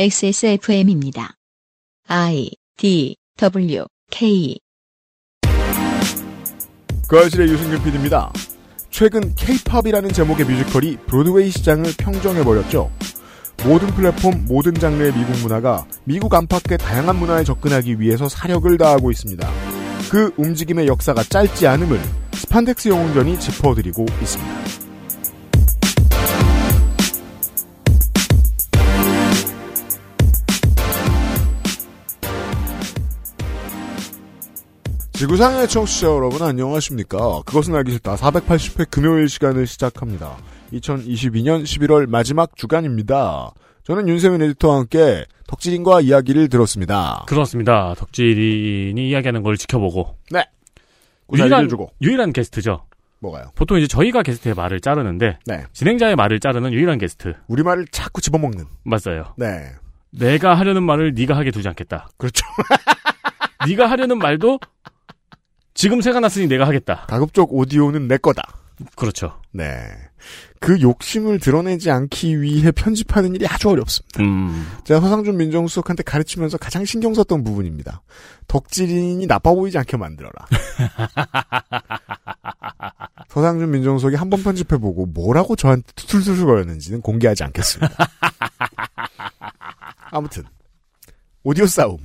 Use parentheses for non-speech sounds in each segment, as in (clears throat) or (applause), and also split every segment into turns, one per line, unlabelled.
XSFM입니다. I D W K
그아실의 유승균 PD입니다. 최근 K-팝이라는 제목의 뮤지컬이 브로드웨이 시장을 평정해버렸죠. 모든 플랫폼, 모든 장르의 미국 문화가 미국 안팎의 다양한 문화에 접근하기 위해서 사력을 다하고 있습니다. 그 움직임의 역사가 짧지 않음을 스판덱스 영웅전이 짚어드리고 있습니다. 지구상의 청취자 여러분 안녕하십니까. 그것은 알기 싫다. 480회 금요일 시간을 시작합니다. 2022년 11월 마지막 주간입니다. 저는 윤세민 에디터와 함께 덕질인과 이야기를 들었습니다.
그렇습니다. 덕질인이 이야기하는 걸 지켜보고
고사리를 주고
유일한 게스트죠.
뭐가요?
보통 이제 저희가 게스트의 말을 자르는데
네. 우리
진행자의 말을 자르는 유일한 게스트
말을 자꾸 집어먹는.
맞아요.
네.
내가 하려는 말을 네가 하게 두지 않겠다.
그렇죠. (laughs)
네가 하려는 말도 지금 새가 났으니 내가 하겠다.
가급적 오디오는 내 거다.
그렇죠.
네. 그 욕심을 드러내지 않기 위해 편집하는 일이 아주 어렵습니다.
음,
제가 서상준 민정수석한테 가르치면서 가장 신경 썼던 부분입니다. 덕질인이 나빠 보이지 않게 만들어라. 서상준 민정수석이 한 번 편집해보고 뭐라고 저한테 투툴툴거렸는지는 공개하지 않겠습니다. 아무튼 오디오 싸움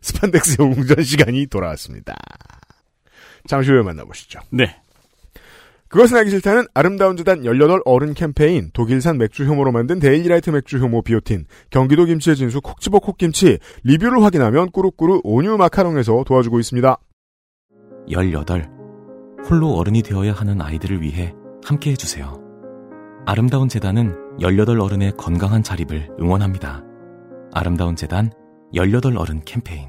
스판덱스 영웅전 시간이 돌아왔습니다. 잠시 후에 만나보시죠.
네,
그것은 알기 싫다는 아름다운 재단 18 어른 캠페인, 독일산 맥주 효모로 만든 데일리라이트 맥주 효모 비오틴, 경기도 김치의 진수 콕지버 콕김치, 리뷰를 확인하면 꾸룩꾸룩 온유 마카롱에서 도와주고 있습니다.
18. 홀로 어른이 되어야 하는 아이들을 위해 함께 해주세요. 아름다운 재단은 18 어른의 건강한 자립을 응원합니다. 아름다운 재단 18 어른 캠페인.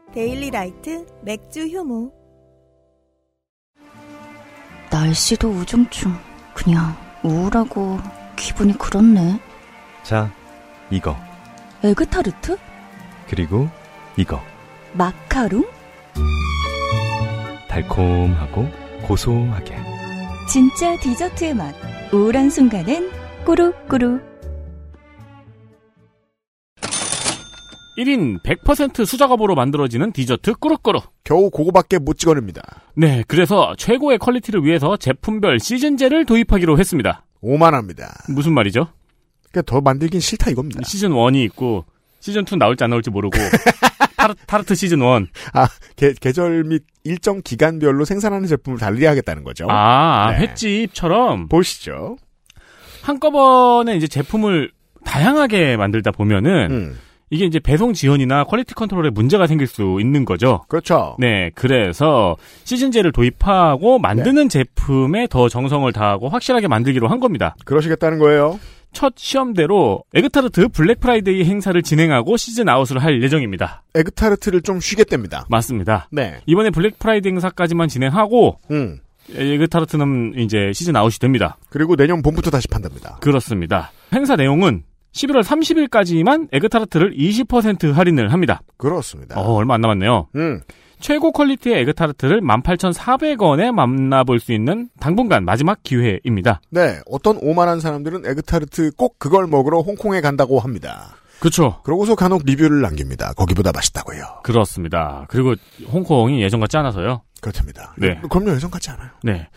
데일리 라이트 맥주 효모.
날씨도 우중충 그냥 우울하고 기분이 그렇네
자, 이거.
에그타르트?
그리고 이거.
마카롱?
달콤하고 고소하게.
진짜 디저트의 맛 우울한 순간엔 꾸룩꾸룩
1인 100% 수작업으로 만들어지는 디저트 꾸룩꾸룩.
겨우 그거밖에 못 찍어냅니다.
네, 그래서 최고의 퀄리티를 위해서 제품별 시즌제를 도입하기로 했습니다.
오만합니다.
무슨 말이죠?
그러니까 더 만들긴 싫다 이겁니다.
시즌 1이 있고 시즌 2 나올지 안 나올지
(laughs)
모르고 타르, 타르트 시즌 1.
아, 개, 계절 및 일정 기간별로 생산하는 제품을 달리 하겠다는 거죠.
아,
네.
횟집처럼
보시죠.
한꺼번에 이제 제품을 다양하게 만들다 보면은
음,
이게 이제 배송 지연이나 퀄리티 컨트롤에 문제가 생길 수 있는 거죠.
그렇죠.
네, 그래서 시즌제를 도입하고
네.
만드는 제품에 더 정성을 다하고 확실하게 만들기로 한 겁니다.
그러시겠다는 거예요.
첫 시험대로 에그타르트 블랙 프라이데이 행사를 진행하고 시즌 아웃을 할 예정입니다.
에그타르트를 좀 쉬겠답니다.
맞습니다.
네.
이번에 블랙 프라이데이 행사까지만 진행하고
음.
에그타르트는 이제 시즌 아웃이 됩니다.
그리고 내년 봄부터 다시 판답니다.
그렇습니다. 행사 내용은 11월 30일까지만 에그타르트를 20% 할인을 합니다.
그렇습니다.
어, 얼마 안 남았네요.
음.
최고 퀄리티의 에그타르트를 18,400원에 만나볼 수 있는 당분간 마지막 기회입니다.
네, 어떤 오만한 사람들은 에그타르트 꼭 그걸 먹으러 홍콩에 간다고 합니다.
그렇죠.
그러고서 간혹 리뷰를 남깁니다. 거기보다 맛있다고요.
그렇습니다. 그리고 홍콩이 예전 같지 않아서요.
그렇답니다.
네.
그럼요, 예전 같지 않아요.
네.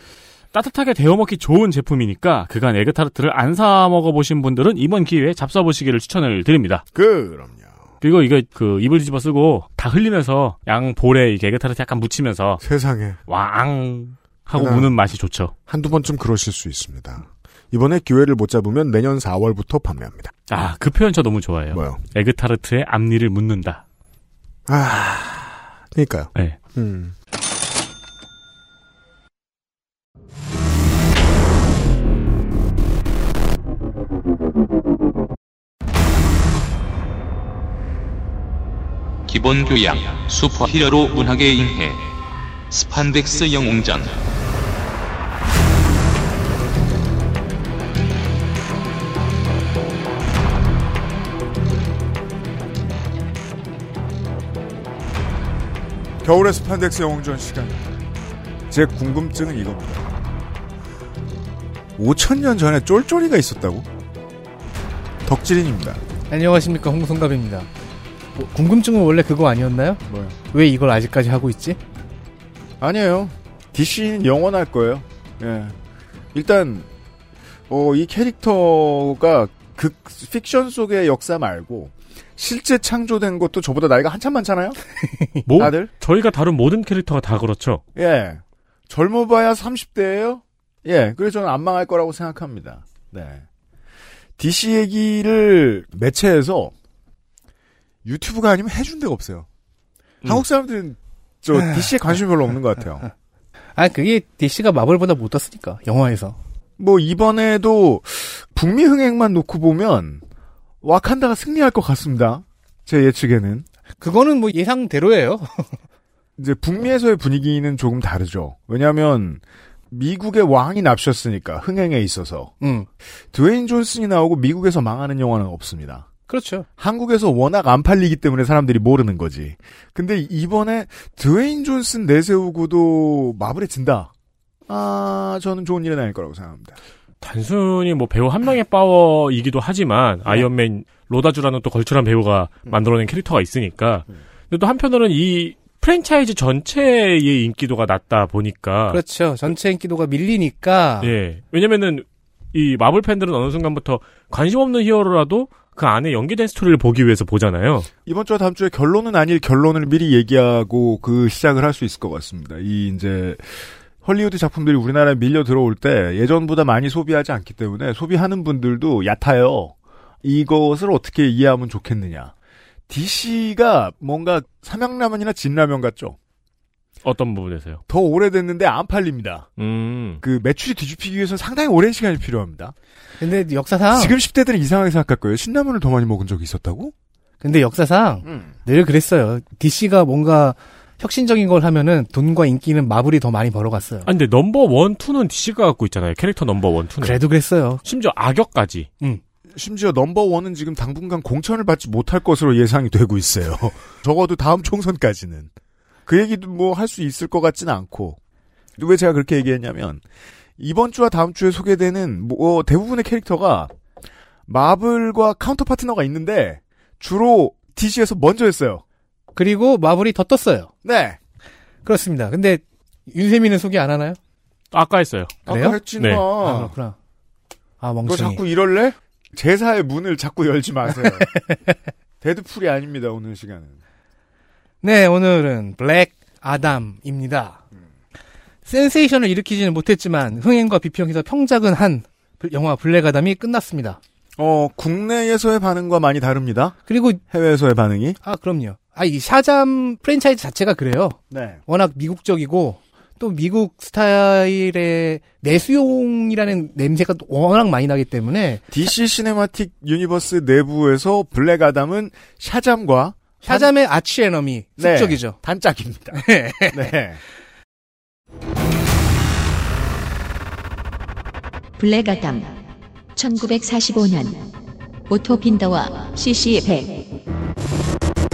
따뜻하게 데워 먹기 좋은 제품이니까 그간 에그타르트를 안 사 먹어보신 분들은 이번 기회에 잡숴보시기를 추천을 드립니다.
그럼요.
그리고 이거 그 입을 뒤집어 쓰고 다 흘리면서 양 볼에 이 에그타르트 약간 묻히면서
세상에
왕 하고
하나.
우는 맛이 좋죠.
한두 번쯤 그러실 수 있습니다. 이번에 기회를 못 잡으면 내년 4월부터 판매합니다.
아, 그 표현 저 너무 좋아해요.
뭐요?
에그타르트의 앞니를 묻는다.
아, 그러니까요.
네.
음.
기본 교양, 슈퍼 히어로 문학의 인해, 스판덱스 영웅전.
겨울의 스판덱스 영웅전 시간. 제 궁금증은 이겁니다. 5천년 전에 쫄쫄이가 있었다고? 덕질인입니다.
안녕하십니까 홍성갑입니다. 뭐, 궁금증은 원래 그거 아니었나요?
뭐요?
왜 이걸 아직까지 하고 있지?
아니에요. DC는 영원할 거예요. 예. 일단 어, 이 캐릭터가 극 픽션 속의 역사 말고 실제 창조된 것도 저보다 나이가 한참 네. 많잖아요.
뭐
다들
저희가 다룬 모든 캐릭터가 다 그렇죠.
예. 젊어봐야 30대예요. 예. 그래서 저는 안 망할 거라고 생각합니다. 네. DC 얘기를 매체에서 유튜브가 아니면 해준 데가 없어요. 한국 사람들은 저 DC에 관심이 별로 없는 것 같아요.
아 그게 DC가 마블보다 못떴으니까 영화에서.
뭐 이번에도 북미 흥행만 놓고 보면 와칸다가 승리할 것 같습니다. 제 예측에는
그거는 뭐 예상대로예요. (laughs)
이제 북미에서의 분위기는 조금 다르죠. 왜냐하면 미국의 왕이 납셨으니까 흥행에 있어서
음
드웨인 존슨이 나오고 미국에서 망하는 영화는 없습니다.
그렇죠.
한국에서 워낙 안 팔리기 때문에 사람들이 모르는 거지. 근데 이번에 드웨인 존슨 내세우고도 마블에 진다. 아, 저는 좋은 일은 아닐 거라고 생각합니다.
단순히 뭐 배우 한 명의 파워이기도
네.
하지만 아이언맨 로다주라는 또 걸출한 배우가
음.
만들어낸 캐릭터가 있으니까 근데 또 한편으로는 이 프랜차이즈 전체의 인기도가 낮다
아.
보니까
그렇죠. 전체 인기도가 밀리니까
예 왜냐면은 이 마블 팬들은 어느 순간부터 관심 없는 히어로라도 그 안에 연계된 스토리를 보기 위해서 보잖아요.
이번 주와 다음 주에 결론은 아닐 결론을 미리 얘기하고 그 시작을 할 수 있을 것 같습니다. 이 이제 헐리우드 작품들이 우리나라에 밀려 들어올 때 예전보다 많이 소비하지 않기 때문에 소비하는 분들도 얕아요. 이것을 어떻게 이해하면 좋겠느냐. DC가 뭔가 삼양라면이나 진라면 같죠.
어떤 부분에서요?
더 오래됐는데 안 팔립니다.
음.
그 매출이 뒤집히기 위해서는 상당히 오랜 시간이 필요합니다.
근데 역사상
지금 10대들은 이상하게 생각할 거예요. 신라면을 더 많이 먹은 적이 있었다고?
근데 역사상 늘 그랬어요. DC가 뭔가 혁신적인 걸 하면은 돈과 인기는 마블이 더 많이 벌어갔어요.
아 근데 넘버 원 투는 DC가 갖고 있잖아요. 캐릭터 넘버 원 투는
그래도 그랬어요.
심지어 악역까지
심지어 넘버원은 지금 당분간 공천을 받지 못할 것으로 예상이 되고 있어요. (laughs) 적어도 다음 총선까지는. 그 얘기도 뭐 할 수 있을 것 같진 않고. 근데 왜 제가 그렇게 얘기했냐면, 이번 주와 다음 주에 소개되는 뭐 대부분의 캐릭터가 마블과 카운터 파트너가 있는데, 주로 DC에서 먼저 했어요.
그리고 마블이 더 떴어요.
네.
그렇습니다. 근데 윤세민은 소개 안 하나요?
아까 했어요.
그래요?
아까 했지 마.
네.
아, 그렇구나. 아
너
멍청이.
자꾸 이럴래? 제사의 문을 자꾸 열지
(laughs)
마세요. 데드풀이 아닙니다, 오늘 시간은.
네, 오늘은 블랙 아담입니다. 센세이션을 일으키지는 못했지만 흥행과 비평에서 평작은 한 그 영화 블랙 아담이 끝났습니다.
어, 국내에서의 반응과 많이 다릅니다.
그리고
해외에서의 반응이.
아 그럼요. 아 이 샤잠 프랜차이즈 자체가 그래요.
네.
워낙 미국적이고 또 미국 스타일의 내수용이라는 냄새가 워낙 많이 나기 때문에
DC 시네마틱 유니버스 내부에서 블랙 아담은 샤잠과
샤잠의 아치 에너미
네.
숙적이죠. (laughs)
단짝입니다. 네.
블랙아담 1945년 오토 빈더와 CC 100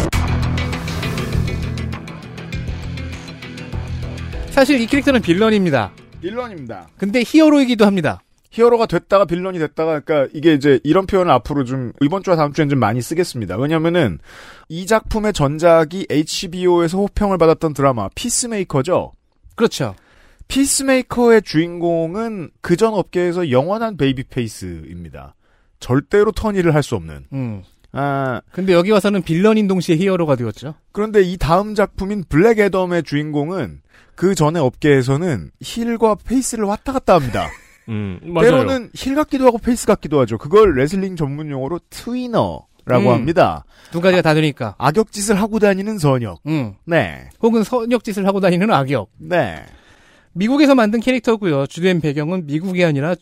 사실 이 캐릭터는 빌런입니다.
빌런입니다.
근데 히어로이기도 합니다.
히어로가 됐다가 빌런이 됐다가 그러니까 이게 이제 이런 표현을 앞으로 좀 이번 주와 다음 주엔 좀 많이 쓰겠습니다. 왜냐면은 이 작품의 전작이 HBO에서 호평을 받았던 드라마 피스메이커죠.
그렇죠.
피스메이커의 주인공은 그전 업계에서 영원한 베이비 페이스입니다. 절대로 턴이를 할 수 없는.
음.
아,
근데 여기 와서는 빌런인 동시에 히어로가 되었죠.
그런데 이 다음 작품인 블랙 애덤의 주인공은 그 전에 업계에서는 힐과 페이스를 왔다 갔다
(laughs)
합니다.
음, 맞아요.
때로는 힐 같기도 하고 페이스 같기도 하죠. 그걸 레슬링 전문 용어로 트위너라고
음.
합니다.
두 가지가 다 되니까.
악역짓을 하고 다니는 선역.
음.
네.
혹은 선역짓을 하고 다니는 악역.
네.
미국에서 만든 캐릭터고요. 주된 배경은 미국이 아니라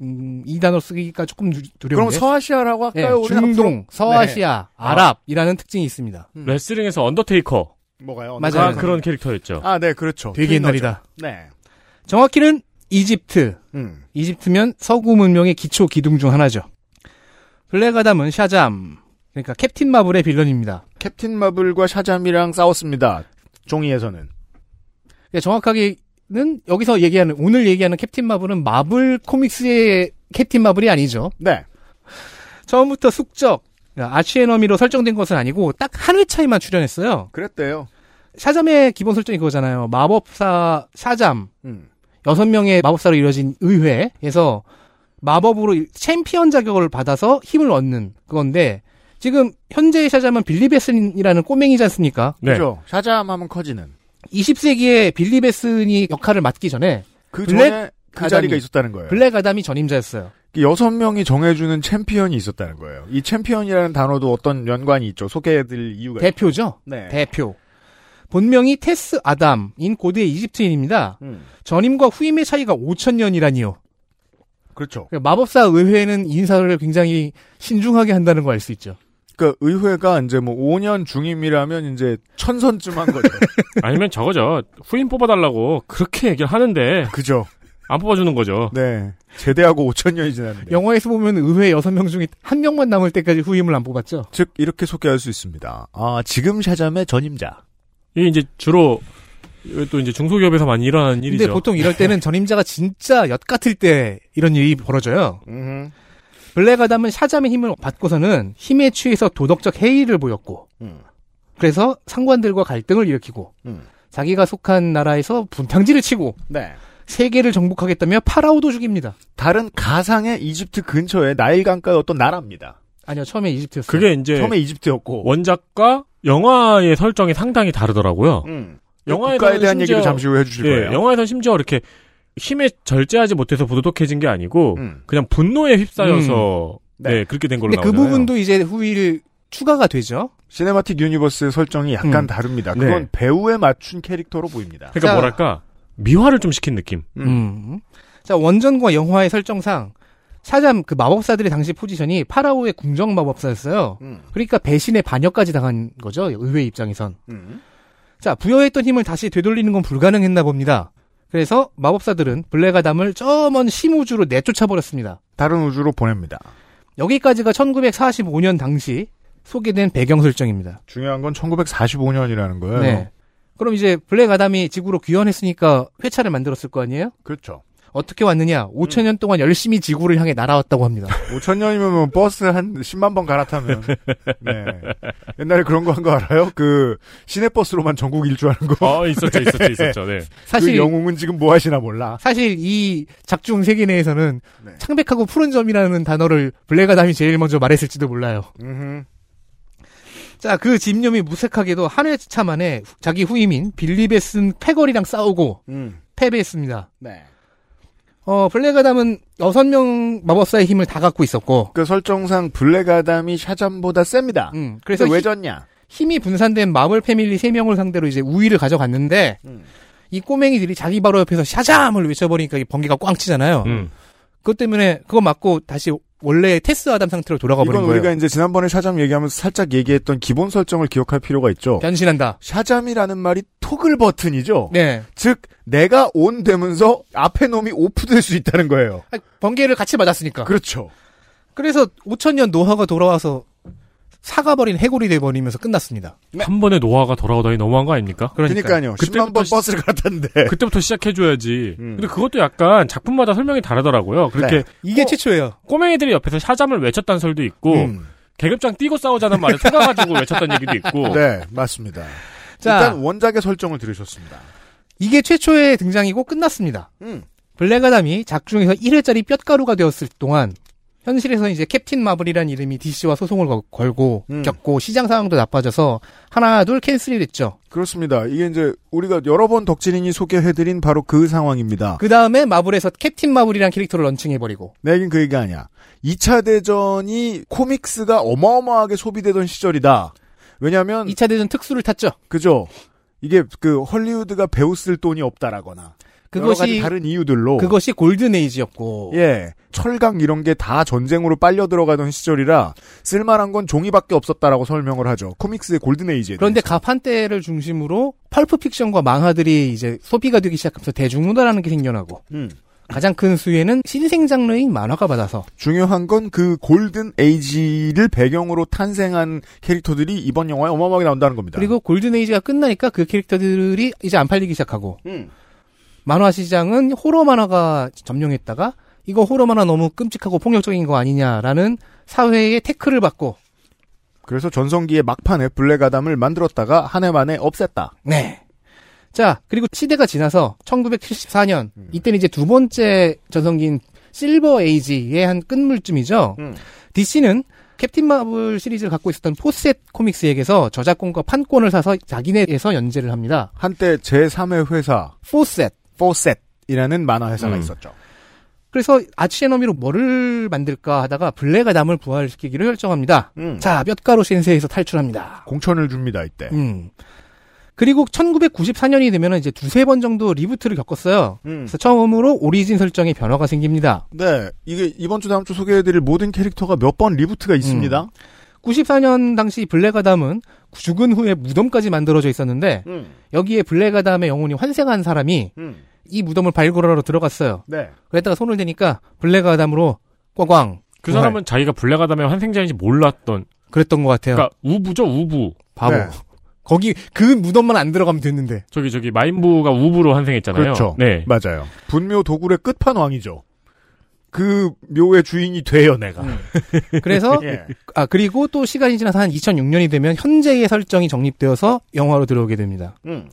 음, 이 단어 쓰기가 조금 두- 두려운데.
그럼 서아시아라고 할까요?
네,
우리는
중동,
앞으로?
서아시아,
네.
아랍이라는 특징이 있습니다.
레슬링에서 언더테이커.
뭐가요?
맞아요.
아, 그런 캐릭터였죠.
네. 아, 네, 그렇죠.
되게 옛날이다.
네.
그렇죠. 정확히는 이집트.
음.
이집트면 서구 문명의 기초 기둥 중 하나죠. 블랙아담은 샤잠. 그러니까 캡틴 마블의 빌런입니다.
캡틴 마블과 샤잠이랑 싸웠습니다. 종이에서는.
근데 그러니까 정확하게는 여기서 얘기하는 오늘 얘기하는 캡틴 마블은 마블 코믹스의 캡틴 마블이 아니죠.
네.
처음부터 숙적 그러니까 아치에너미로 설정된 것은 아니고 딱 한 회차에만 출연했어요.
그랬대요.
샤잠의 기본 설정이 그거잖아요. 마법사 샤잠
음.
여섯 명의 마법사로 이루어진 의회에서 마법으로 일- 챔피언 자격을 받아서 힘을 얻는 그건데 지금 현재의 샤잠은 빌리베슨이라는 꼬맹이지 않습니까?
네.
그죠. 샤잠 하면 커지는.
20세기에 빌리베슨이 역할을 맡기 전에
그
블랙
전에 그
아담이-
자리가 있었다는 거예요.
블랙 아담이 전임자였어요.
그 여섯 명이 정해주는 챔피언이 있었다는 거예요. 이 챔피언이라는 단어도 어떤 연관이 있죠. 소개해드릴 이유가.
대표죠.
네.
대표. 본명이 테스 아담인 고대 이집트인입니다.
음.
전임과 후임의 차이가 5천년이라니요.
그렇죠.
마법사 의회는 인사를 굉장히 신중하게 한다는 걸 알 수 있죠.
그러니까 의회가 이제 뭐 5년 중임이라면 이제 천선쯤 한 거죠.
(laughs) 아니면 저거죠. 후임 뽑아달라고 그렇게 얘기를 하는데.
그죠.
안 뽑아주는 거죠.
네. 제대하고 5천 년이 지났는데.
네. 영화에서 보면 의회 6명 중에 한 명만 남을 때까지 후임을 안 뽑았죠.
즉 이렇게 소개할 수 있습니다. 아 지금 샤잠의 전임자.
이게 이제 주로 이거 또 이제 중소기업에서 많이 일어나는 일이죠.
근데 보통 이럴 때는 전임자가 진짜 엿 같을 때 이런 일이 벌어져요. 블랙 아담은 샤잠의 힘을 받고서는 힘에 취해서 도덕적 해이를 보였고,
음.
그래서 상관들과 갈등을 일으키고,
음.
자기가 속한 나라에서 분탕질을 치고,
네.
세계를 정복하겠다며 파라오도 죽입니다.
다른 가상의 이집트 근처의 나일강가의 어떤 나라입니다.
아니요, 처음에 이집트였어요.
그게
네.
이제
처음에 이집트였고.
뭐 원작과 영화의 설정이 상당히 다르더라고요.
음.
영화에서는
국가에 대한
심지어-
얘기도 잠시 후에 해주실
예,
거예요.
영화에서는 심지어 이렇게 힘에 절제하지 못해서 부도덕해진 게 아니고
음.
그냥 분노에 휩싸여서 네. 그렇게 된 걸로
근데 그
나오잖아요.
부분도 이제 후일 추가가 되죠.
시네마틱 유니버스의 설정이 약간
음.
다릅니다.
네.
그건 배우에 맞춘 캐릭터로 보입니다.
그러니까 뭐랄까 미화를 좀 시킨 느낌.
음. 자, 원전과 영화의 설정상 사잠 그 마법사들의 당시 포지션이 파라오의 궁정 마법사였어요.
음.
그러니까 배신의 반역까지 당한 거죠. 의회 입장에선.
음.
자, 부여했던 힘을 다시 되돌리는 건 불가능했나 봅니다. 그래서 마법사들은 블랙아담을 저 먼 심우주로 내쫓아 버렸습니다.
다른 우주로 보냅니다.
여기까지가 1945년 당시 소개된 배경 설정입니다.
중요한 건 1945년이라는 거예요.
네. 그럼 이제 블랙아담이 지구로 귀환했으니까 회차를 만들었을 거 아니에요?
그렇죠.
어떻게 왔느냐? 5천년 동안 열심히 지구를 향해 날아왔다고 합니다.
(laughs) 5천년이면 뭐 버스 한 10만 번 갈아타면. 네. 옛날에 그런 거 한 거 알아요? 그 시내버스로만 전국 일주하는 거.
아 있었죠, 있었죠, 있었죠. 네.
사실-
그 영웅은 지금 뭐 하시나 몰라.
사실 이 작중 세계 내에서는
네.
창백하고 푸른 점이라는 단어를 블랙아담이 제일 먼저 말했을지도 몰라요.
음흠.
자, 그 집념이 무색하게도 한 회차 만에 후- 자기 후임인 빌리베슨 패거리랑 싸우고
음.
패배했습니다.
네.
어, 블랙아담은 여섯 명 마법사의 힘을 다 갖고 있었고,
그 설정상 블랙아담이 샤잠보다 셉니다.
음,
그래서
그래서
왜
히-
졌냐?
힘이 분산된 마블 패밀리 세명을 상대로 이제 우위를 가져갔는데,
음.
이 꼬맹이들이 자기 바로 옆에서 샤잠을 외쳐버리니까 이 번개가 꽝
어.
치잖아요.
음.
그것 때문에 그거 맞고 다시 원래 테스 아담 상태로 돌아가 버린
이건
거예요.
우리가 이제 지난번에 샤잠 얘기하면서 살짝 얘기했던 기본 설정을 기억할 필요가
어.
있죠.
변신한다.
샤잠이라는 말이 토글 버튼이죠.
네.
즉 내가 온 되면서 앞에 놈이 오프될 수 있다는 거예요.
아, 번개를 같이 맞았으니까.
그렇죠.
그래서 5천년 노화가 돌아와서 사가버린 해골이 돼버리면서 끝났습니다.
네.
한 번에 노화가 돌아오다니 너무한 거 아닙니까?
그러니까요. 10만 번 버스를 갈아탔는데.
그때부터 시작해줘야지. 근데 그것도 약간 작품마다 설명이 다르더라고요. 그렇게
음. 네.
이게 최초예요.
꼬맹이들이 옆에서 샤잠을 외쳤다는 설도 있고
음.
계급장 뛰고 싸우자는 말을 (laughs) 속아가지고 외쳤다는 얘기도 있고.
네, 맞습니다.
자.
일단 원작의 설정을 들으셨습니다.
이게 최초의 등장이고 끝났습니다.
음.
블랙아담이 작중에서 1회짜리 뼛가루가 되었을 동안 현실에서 이제 캡틴 마블이라는 이름이 DC와 소송을 거- 걸고
음.
겪고 시장 상황도 나빠져서 하나 둘 캔슬이 됐죠.
그렇습니다. 이게 이제 우리가 여러 번 덕진인이 소개해드린 바로 그 상황입니다.
그 다음에 마블에서 캡틴 마블이라는 캐릭터를 런칭해버리고
내 얘기는 그 얘기가 아니야. 2차 대전이 코믹스가 어마어마하게 소비되던 시절이다. 왜냐면,
2차 대전 특수를 탔죠.
그죠? 이게 그 헐리우드가 배우 쓸 돈이 없다라거나, 여러 가지 다른 이유들로
그것이 골든 에이지였고
예 철강 이런 게 다 전쟁으로 빨려 들어가던 시절이라 쓸만한 건 종이밖에 없었다라고 설명을 하죠. 코믹스의 골든 에이지에.
그런데 가판대를 중심으로 펄프 픽션과 만화들이 이제 소비가 되기 시작하면서 대중문화라는 게 생겨나고
음.
가장 큰 수혜는 신생 장르인 만화가 받아서
중요한 건 그 골든 에이지를 배경으로 탄생한 캐릭터들이 이번 영화에 어마어마하게 나온다는 겁니다.
그리고 골든 에이지가 끝나니까 그 캐릭터들이 이제 안 팔리기 시작하고
음.
만화 시장은 호러 만화가 점령했다가 이거 호러 만화 너무 끔찍하고 폭력적인 거 아니냐라는 사회의 태클을 받고
그래서 전성기의 막판에 블랙아담을 만들었다가 한 해 만에 없앴다.
네. 자, 그리고 시대가 지나서 1974년,
음.
이때는 이제 두 번째 전성기인 실버 에이지의 한 끝물쯤이죠.
음.
DC는 캡틴 마블 시리즈를 갖고 있었던 포셋 코믹스에게서 저작권과 판권을 사서 자기네에서 연재를 합니다.
한때 제3의 회사
포셋.
포셋이라는 만화 회사가
음.
있었죠.
그래서 아치에너미로 뭐를 만들까 하다가 블랙아담을 부활시키기로 결정합니다. 자, 몇 가로 센세에서 탈출합니다.
음. 공천을 줍니다 이때.
음. 그리고 1994년이 되면 이제 두세 번 정도 리부트를 겪었어요. 그래서 처음으로 오리진 설정에 변화가 생깁니다.
네, 이게 이번 주 다음 주 소개해드릴 모든 캐릭터가 몇 번 리부트가
음.
있습니다.
94년 당시 블랙아담은 죽은 후에 무덤까지 만들어져 있었는데 여기에 블랙아담의 영혼이 환생한 사람이
음.
이 무덤을 발굴하러 들어갔어요.
네.
그랬다가 손을 대니까 블랙아담으로 꽝꽝.
그 사람은 자기가 블랙아담의 환생자인지 몰랐던.
그랬던 것 같아요.
그러니까 우부죠 우부.
바보.
네,
거기 그 무덤만 안 들어가면 됐는데.
저기 저기 마인부가 우부로 환생했잖아요.
그렇죠.
네.
맞아요. 분묘 도굴의 끝판왕이죠. 그 묘의 주인이 돼요 내가.
음.
(laughs)
그래서
(laughs) 예.
아 그리고 또 시간이 지나서 한 2006년이 되면 현재의 설정이 정립되어서 영화로 들어오게 됩니다.
음.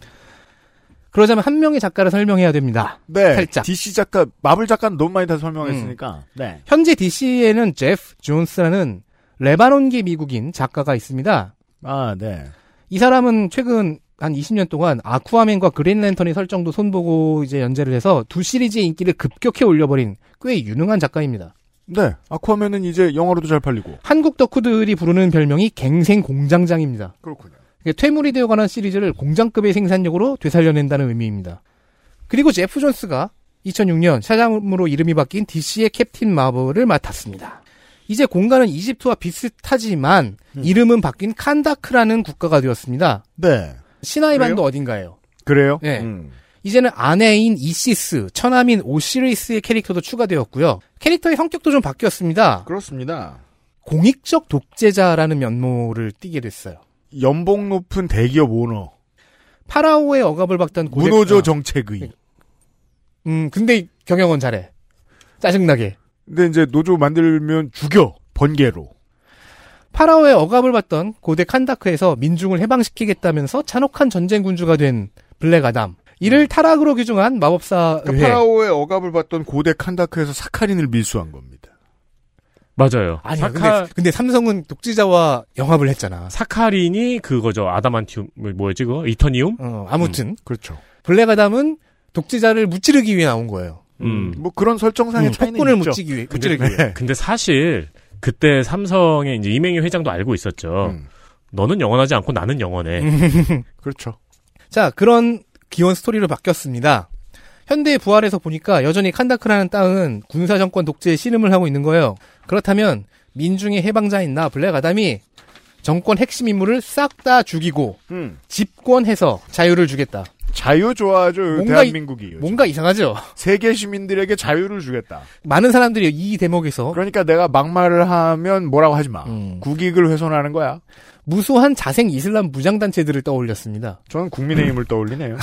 그러자면 한 명의 작가를 설명해야 됩니다.
네,
살짝. 음.
DC 작가, 마블 작가는 너무 많이 다 설명했으니까. 네.
현재 DC에는 제프 존스라는 레바논계 미국인 작가가 있습니다.
아, 네.
이 사람은 최근 한 20년 동안 아쿠아맨과 그린랜턴의 설정도 손보고 이제 연재를 해서 두 시리즈의 인기를 급격히 올려버린 꽤 유능한 작가입니다.
네. 아쿠아맨은 이제 영화로도 잘 팔리고.
한국 덕후들이 부르는 별명이 갱생 공장장입니다.
그렇군요.
이게 퇴물이 되어가는 시리즈를 공장급의 생산력으로 되살려낸다는 의미입니다. 그리고 제프 존스가 2006년 샤잠으로 이름이 바뀐 DC의 캡틴 마블을 맡았습니다. 이제 공간은 이집트와 비슷하지만 이름은 바뀐 칸다크라는 국가가 되었습니다.
네.
시나이 반도 어딘가예요.
그래요?
예. 이제는 아내인 이시스, 처남인 오시리스의 캐릭터도 추가되었고요. 캐릭터의 성격도 좀 바뀌었습니다.
그렇습니다.
공익적 독재자라는 면모를 띠게 됐어요.
연봉 높은 대기업 오너.
파라오의 억압을 받던 고대-
문호조
어.
정책의.
음, 근데 경영은 잘해. 짜증나게.
근데 이제 노조 만들면 죽여. 번개로.
파라오의 억압을 받던 고대 칸다크에서 민중을 해방시키겠다면서 잔혹한 전쟁 군주가 된 블랙 아담. 이를 타락으로 규정한 마법사
음. 그러니까
의회.
파라오의 억압을 받던 고대 칸다크에서 사카린을 밀수한 겁니다.
맞아요.
아니
사카-
근데, 근데 삼성은 독재자와 영합을 했잖아.
사카린이 그거죠. 아담한티움 뭐였지 그거? 이터니움?
어, 아무튼
그렇죠.
블랙 아담은 독재자를 무찌르기 위해 나온 거예요.
음.
뭐 그런 설정상의
음,
차이는
폭군을
있죠. 네.
무찌기 위해,
근데,
무찌르기 위해.
근데 사실 그때 삼성의 이제 이맹희 회장도 알고 있었죠.
음.
너는 영원하지 않고 나는 영원해.
그렇죠.
자, 그런 기원 스토리로 바뀌었습니다. 현대의 부활에서 보니까 여전히 칸다크라는 땅은 군사정권 독재에 씨름을 하고 있는 거예요. 그렇다면 민중의 해방자인 나 블랙 아담이 정권 핵심 인물을 싹 다 죽이고
음.
집권해서 자유를 주겠다.
자유 좋아하죠.
뭔가
대한민국이. 요즘.
뭔가 이상하죠? (laughs)
세계 시민들에게 자유를 주겠다.
많은 사람들이 이 대목에서
그러니까 내가 막말을 하면 뭐라고 하지 마.
음.
국익을 훼손하는 거야.
무수한 자생 이슬람 무장단체들을 떠올렸습니다.
저는 국민의힘을 떠올리네요.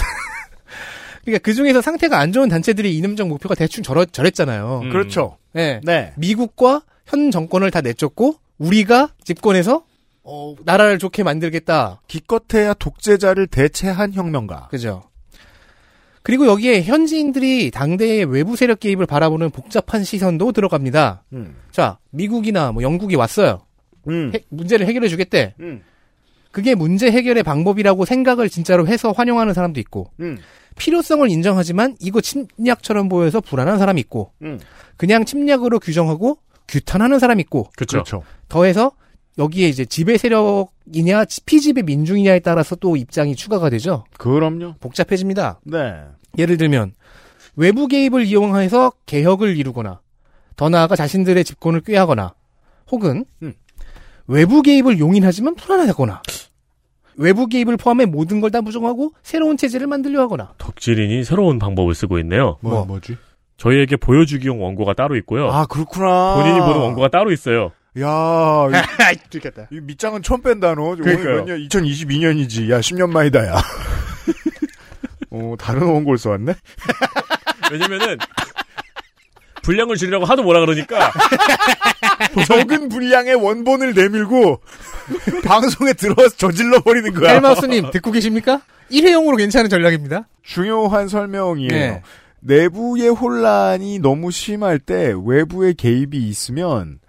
그러니까 그 중에서 상태가 안 좋은 단체들이 이념적 목표가 대충 저랬잖아요
음.
그렇죠.
네.
네.
미국과 현 정권을 다 내쫓고 우리가 집권해서 어, 나라를 좋게 만들겠다.
기껏해야 독재자를 대체한 혁명가.
그죠? 그리고 여기에 현지인들이 당대의 외부 세력 개입을 바라보는 복잡한 시선도 들어갑니다.
음.
자, 미국이나 뭐 영국이 왔어요.
음.
해- 문제를 해결해 주겠대.
음.
그게 문제 해결의 방법이라고 생각을 진짜로 해서 환영하는 사람도 있고
음.
필요성을 인정하지만 이거 침략처럼 보여서 불안한 사람이 있고
음.
그냥 침략으로 규정하고 규탄하는 사람이 있고
그렇죠.
그렇죠.
더해서 여기에 이제 지배 세력이냐 피지배 민중이냐에 따라서 또 입장이 추가가 되죠.
그럼요.
복잡해집니다.
네.
예를 들면 외부 개입을 이용해서 개혁을 이루거나 더 나아가 자신들의 집권을 꾀하거나 혹은 외부 개입을 용인하지만 불안하거나 외부 개입을 포함해 모든 걸 다 부정하고 새로운 체제를 만들려 하거나
덕질인이 새로운 방법을 쓰고 있네요.
뭐,
뭐지?
저희에게 보여주기용 원고가 따로 있고요.
아, 그렇구나.
본인이 보는 원고가 따로 있어요.
야, 이-
들켰다.
이 밑장은 처음 뺀다, 너. 오늘
그러니까요.
몇 년, 2022년이지. 야, 10년 마이다, 야. (laughs) 어, 다른 원고를 써왔네?
왜냐면은 분량을 줄이라고 하도 뭐라 그러니까
(laughs) 적은 분량의 원본을 내밀고, (laughs) 방송에 들어와서 저질러버리는 거야.
헬마우스님 듣고 계십니까? 1회용으로 괜찮은 전략입니다.
중요한 설명이에요.
네.
내부의 혼란이 너무 심할 때 외부의 개입이 있으면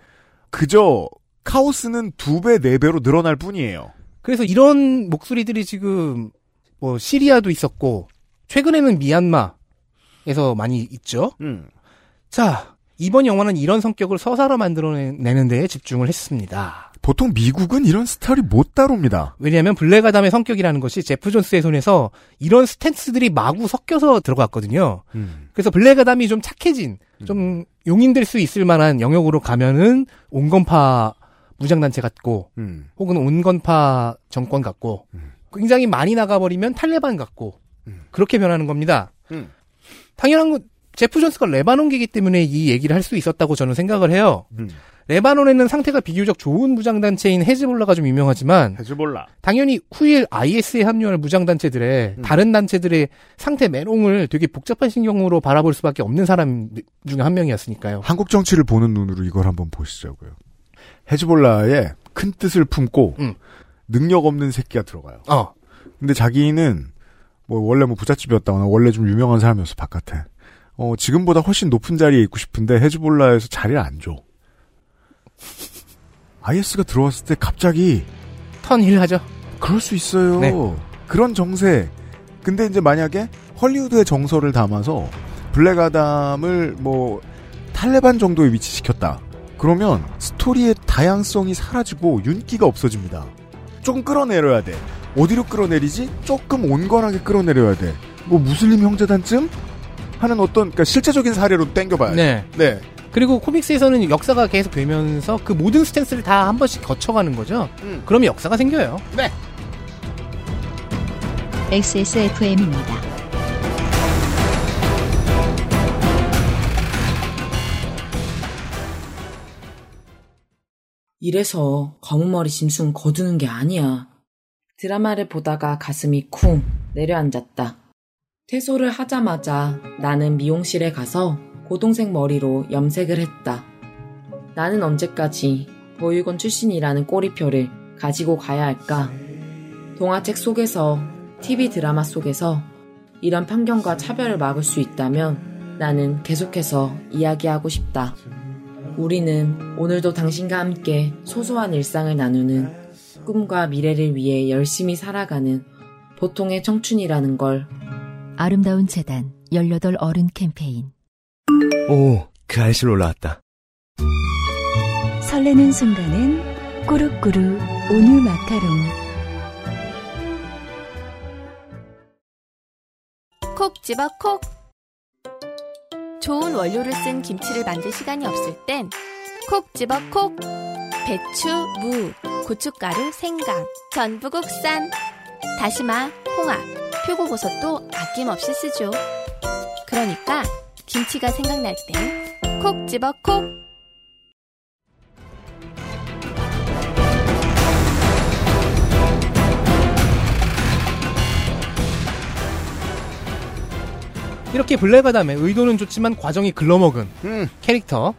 그저 카오스는 두 배, 네 배로 늘어날 뿐이에요.
그래서 이런 목소리들이 지금 뭐 시리아도 있었고 최근에는 미얀마에서 많이 있죠.
음.
자 이번 영화는 이런 성격을 서사로 만들어내는 데에 집중을 했습니다.
보통 미국은 이런 스타일이 못 다룹니다.
왜냐하면 블랙아담의 성격이라는 것이 제프 존스의 손에서 이런 스탠스들이 마구 섞여서 들어갔거든요.
음.
그래서 블랙아담이 좀 착해진, 좀 용인될 수 있을 만한 영역으로 가면은 온건파 무장단체 같고,
음.
혹은 온건파 정권 같고, 굉장히 많이 나가버리면 탈레반 같고, 그렇게 변하는 겁니다.
음.
당연한 건, 제프 존스가 레바논계이기 때문에 이 얘기를 할 수 있었다고 저는 생각을 해요.
음.
레바논에는 상태가 비교적 좋은 무장단체인 헤즈볼라가 좀 유명하지만,
헤즈볼라.
당연히 후일 IS에 합류할 무장단체들의 다른 단체들의 상태 메롱을 되게 복잡한 신경으로 바라볼 수밖에 없는 사람 중에 한 명이었으니까요.
한국 정치를 보는 눈으로 이걸 한번 보시자고요. 헤즈볼라에 큰 뜻을 품고
음.
능력 없는 새끼가 들어가요.
어.
근데 자기는 뭐 원래 뭐 부잣집이었다거나 원래 좀 유명한 사람이어서 바깥에 어, 지금보다 훨씬 높은 자리에 있고 싶은데 헤즈볼라에서 자리를 안 줘. IS가 들어왔을 때 갑자기
턴힐 하죠.
그럴 수 있어요.
네.
그런 정세. 근데 이제 만약에 헐리우드의 정서를 담아서 블랙아담을 뭐 탈레반 정도에 위치시켰다. 그러면 스토리의 다양성이 사라지고 윤기가 없어집니다. 좀 끌어내려야 돼. 어디로 끌어내리지? 조금 온건하게 끌어내려야 돼. 뭐 무슬림 형제단쯤 하는 어떤 그러니까 실제적인 사례로 땡겨봐야 돼.
네.
네.
그리고 코믹스에서는 역사가 계속 되면서 그 모든 스탠스를 다 한 번씩 거쳐가는 거죠.
음.
그러면 역사가 생겨요.
XSFM입니다.
이래서 검은머리 짐승 거두는 게 아니야. 드라마를 보다가 가슴이 쿵 내려앉았다. 퇴소를 하자마자 나는 미용실에 가서 고동색 머리로 염색을 했다. 나는 언제까지 보육원 출신이라는 꼬리표를 가지고 가야 할까? 동화책 속에서, TV 드라마 속에서 이런 편견과 차별을 막을 수 있다면 나는 계속해서 이야기하고 싶다. 우리는 오늘도 당신과 함께 소소한 일상을 나누는 꿈과 미래를 위해 열심히 살아가는 보통의 청춘이라는 걸
아름다운 재단 18 어른 캠페인
오, 그 알실 올라왔다.
설레는 순간은 꾸룩꾸룩 온유 마카롱
콕 집어 콕. 좋은 원료를 쓴 김치를 만들 시간이 없을 땐 콕 집어 콕. 배추, 무, 고춧가루, 생강, 전부 국산. 다시마, 홍합, 표고버섯도 아낌없이 쓰죠. 그러니까 김치가 생각날 땐 콕 집어 콕.
이렇게 블랙아담의 의도는 좋지만 과정이 글러먹은 캐릭터.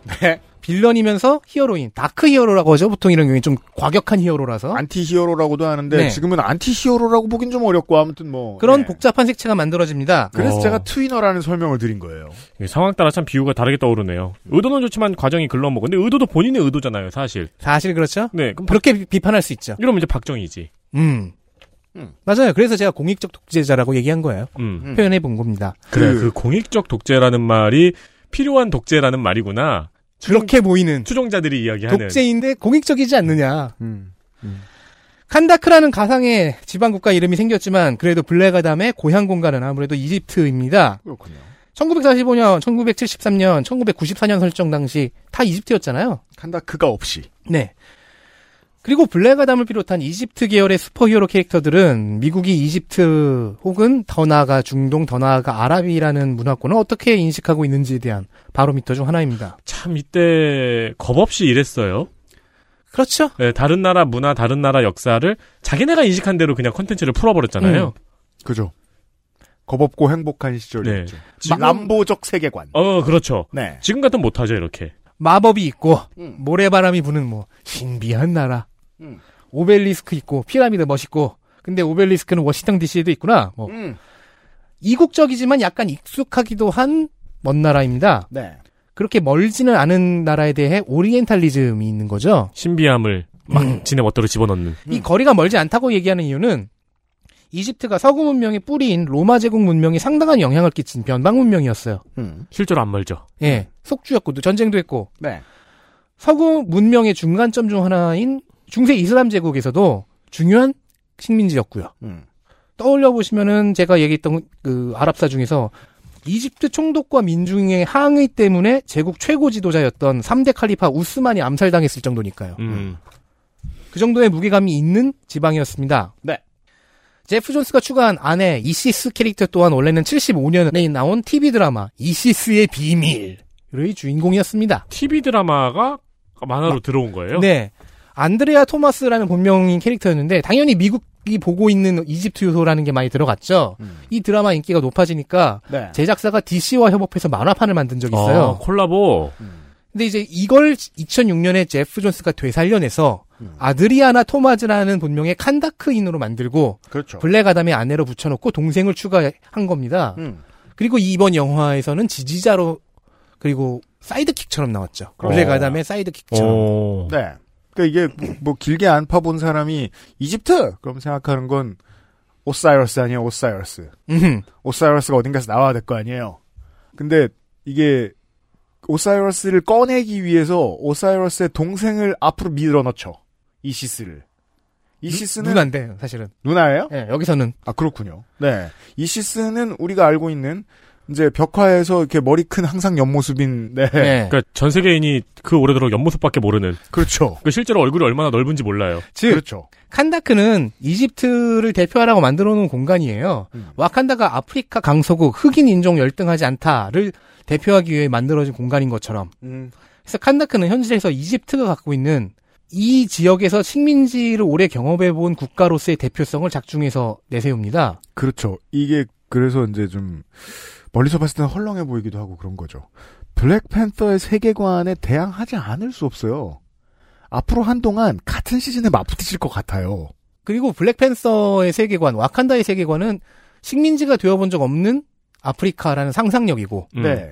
빌런이면서 히어로인, 다크 히어로라고 하죠. 보통 이런 경우에 좀 과격한 히어로라서.
안티 히어로라고도 하는데
네.
지금은 안티 히어로라고 보긴 좀 어렵고 아무튼 뭐
그런
네.
복잡한 색채가 만들어집니다.
그래서
어.
제가 트위너라는 설명을 드린 거예요.
이게 상황 따라 참 비유가 다르게 떠오르네요. 의도는 좋지만 과정이 글러먹어. 근데 의도도 본인의 의도잖아요, 사실.
사실 그렇죠?
네, 그럼
그렇게 비- 비판할 수 있죠.
이러면 이제 박정희지.
음. 맞아요. 그래서 제가 공익적 독재자라고 얘기한 거예요.
음.
표현해 본 겁니다.
그래, 그 공익적 독재라는 말이 필요한 독재라는 말이구나.
그렇게 보이는
추종자들이 이야기하는
음. 독재인데 공익적이지 않느냐. 칸다크라는 가상의 지방 국가 이름이 생겼지만 그래도 블랙아담의 고향 공간은 아무래도 이집트입니다.
그렇군요.
1945년, 1973년, 1994년 설정 당시 다 이집트였잖아요.
칸다크가 없이.
네. 그리고 블랙아담을 비롯한 이집트 계열의 슈퍼히어로 캐릭터들은 미국이 이집트 혹은 더 나아가 중동 더 나아가 아랍이라는 문화권을 어떻게 인식하고 있는지에 대한 바로미터 중 하나입니다.
참 이때 겁 없이 일했어요.
그렇죠.
네, 다른 나라 문화, 다른 나라 역사를 자기네가 인식한 대로 그냥 콘텐츠를 풀어버렸잖아요.
음. 그죠. 겁없고 행복한 시절이었죠. 네. 람보적 세계관.
어, 그렇죠.
네.
지금 같으면 못하죠, 이렇게.
마법이 있고 모래바람이 부는 뭐 신비한 나라.
음.
오벨리스크 있고 피라미드 멋있고. 근데 오벨리스크는 워싱턴 DC에도 있구나. 뭐
음.
이국적이지만 약간 익숙하기도 한 먼 나라입니다.
네.
그렇게 멀지는 않은 나라에 대해 오리엔탈리즘이 있는 거죠.
신비함을 막
음.
지네 멋대로 집어넣는.
이 거리가 멀지 않다고 얘기하는 이유는 이집트가 서구 문명의 뿌리인 로마 제국 문명이 상당한 영향을 끼친 변방 문명이었어요.
음.
실제로 안 멀죠.
예, 속주였고 또 전쟁도 했고
네.
서구 문명의 중간점 중 하나인 중세 이슬람 제국에서도 중요한 식민지였고요.
음.
떠올려 보시면은 제가 얘기했던 그 아랍사 중에서 이집트 총독과 민중의 항의 때문에 제국 최고 지도자였던 3대 칼리파 우스만이 암살당했을 정도니까요.
음.
음.
그 정도의 무게감이 있는 지방이었습니다.
네.
제프 존스가 추가한 아내 이시스 캐릭터 또한 원래는 75년에 나온 TV 드라마 이시스의 비밀의 주인공이었습니다.
TV 드라마가 만화로 들어온 거예요?
네. 안드레아 토마스라는 본명인 캐릭터였는데 당연히 미국이 보고 있는 이집트 요소라는 게 많이 들어갔죠. 이 드라마 인기가 높아지니까
음. 네.
제작사가 DC와 협업해서 만화판을 만든 적이
아,
있어요.
콜라보.
근데 이제 이걸 2006년에 제프 존스가 되살려내서
음.
아드리아나 토마즈라는 본명의 칸다크인으로 만들고
그렇죠.
블랙 아담의 아내로 붙여놓고 동생을 추가한 겁니다.
음.
그리고 이번 영화에서는 지지자로 그리고 사이드킥처럼 나왔죠.
그렇죠.
블랙 아담의 사이드킥처럼.
어.
네. 그러니까 이게 뭐- 뭐 길게 안 파본 사람이 이집트 그럼 생각하는 건 오사이러스 아니에요, 오사이러스.
음.
오사이러스가 어딘가에서 나와야 될 거 아니에요. 근데 이게 오사이러스를 꺼내기 위해서 오사이러스의 동생을 앞으로 밀어 넣죠. 이시스를. 이시스는
누난데 사실은.
누나예요?
예, 여기서는
아 그렇군요. 네, 이시스는 우리가 알고 있는 이제 벽화에서 이렇게 머리 큰 항상 옆모습인 네.
네.
그러니까 전 세계인이 그 오래도록 옆모습밖에 모르는.
그렇죠.
그 실제로 얼굴이 얼마나 넓은지 몰라요.
즉
그렇죠.
칸다크는 이집트를 대표하라고 만들어 놓은 공간이에요. 와칸다가 아프리카 강서구 흑인 인종 열등하지 않다를 대표하기 위해 만들어진 공간인 것처럼.
음.
그래서 칸다크는 현실에서 이집트가 갖고 있는 이 지역에서 식민지를 오래 경험해 본 국가로서의 대표성을 작중해서 내세웁니다.
그렇죠. 이게 그래서 이제 좀 멀리서 봤을 때는 헐렁해 보이기도 하고 그런 거죠. 블랙팬서의 세계관에 대항하지 않을 수 없어요. 앞으로 한동안 같은 시즌에 맞붙으실 것 같아요.
그리고 블랙팬서의 세계관, 와칸다의 세계관은 식민지가 되어본 적 없는 아프리카라는 상상력이고
음.
네.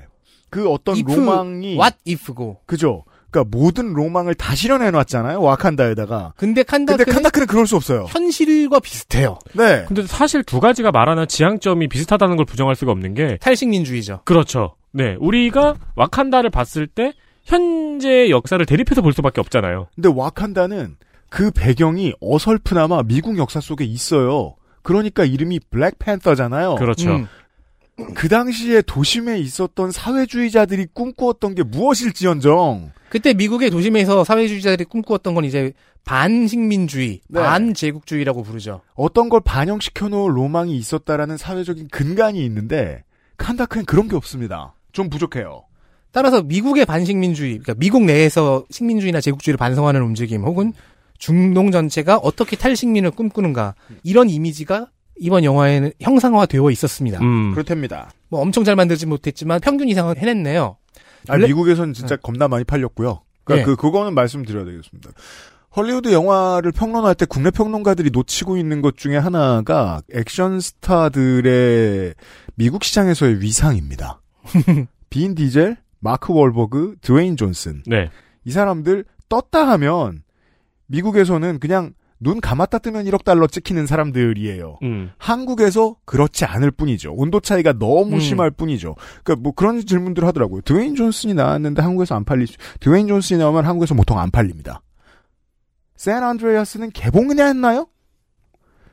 그 어떤
if,
로망이
what if고
그죠. 그러니까 모든 로망을 다 실현해 놨잖아요. 와칸다에다가.
근데 칸다크는
근데 칸다크는 그럴 수 없어요.
현실과 비슷해요.
네.
근데 사실 두 가지가 말하는 지향점이 비슷하다는 걸 부정할 수가 없는 게
탈식민주의죠.
그렇죠. 네, 우리가 와칸다를 봤을 때 현재의 역사를 대립해서 볼 수밖에 없잖아요.
근데 와칸다는 그 배경이 어설프나마 미국 역사 속에 있어요. 그러니까 이름이 블랙팬서잖아요.
그렇죠.
음.
그 당시에 도심에 있었던 사회주의자들이 꿈꾸었던 게 무엇일지언정
그때 미국의 도심에서 사회주의자들이 꿈꾸었던 건 이제 반식민주의,
네.
반제국주의라고 부르죠.
어떤 걸 반영시켜 놓을 로망이 있었다라는 사회적인 근간이 있는데 칸다크엔 그런 게 없습니다. 좀 부족해요.
따라서 미국의 반식민주의, 그러니까 미국 내에서 식민주의나 제국주의를 반성하는 움직임 혹은 중동 전체가 어떻게 탈식민을 꿈꾸는가 이런 이미지가 이번 영화에는 형상화되어 있었습니다.
음.
그렇답니다.
뭐 엄청 잘 만들지 못했지만 평균 이상은 해냈네요.
아,
블랙-
미국에서는 진짜 겁나 많이 팔렸고요. 그러니까
예.
그 그거는 말씀드려야 되겠습니다. 헐리우드 영화를 평론할 때 국내 평론가들이 놓치고 있는 것 중에 하나가 액션 스타들의 미국 시장에서의 위상입니다. 빈 디젤, 마크 월버그, 드웨인 존슨
네,
이 사람들 떴다 하면 미국에서는 그냥 눈 감았다 뜨면 1억 달러 찍히는 사람들이에요.
음.
한국에서 그렇지 않을 뿐이죠. 온도 차이가 너무
음.
심할 뿐이죠. 그러니까 뭐 그런 질문들 하더라고요. 드웨인 존슨이 나왔는데 한국에서 안 팔릴 수, 드웨인 존슨이 나오면 한국에서 보통 안 팔립니다. 샌 안드레아스는 개봉은 했나요?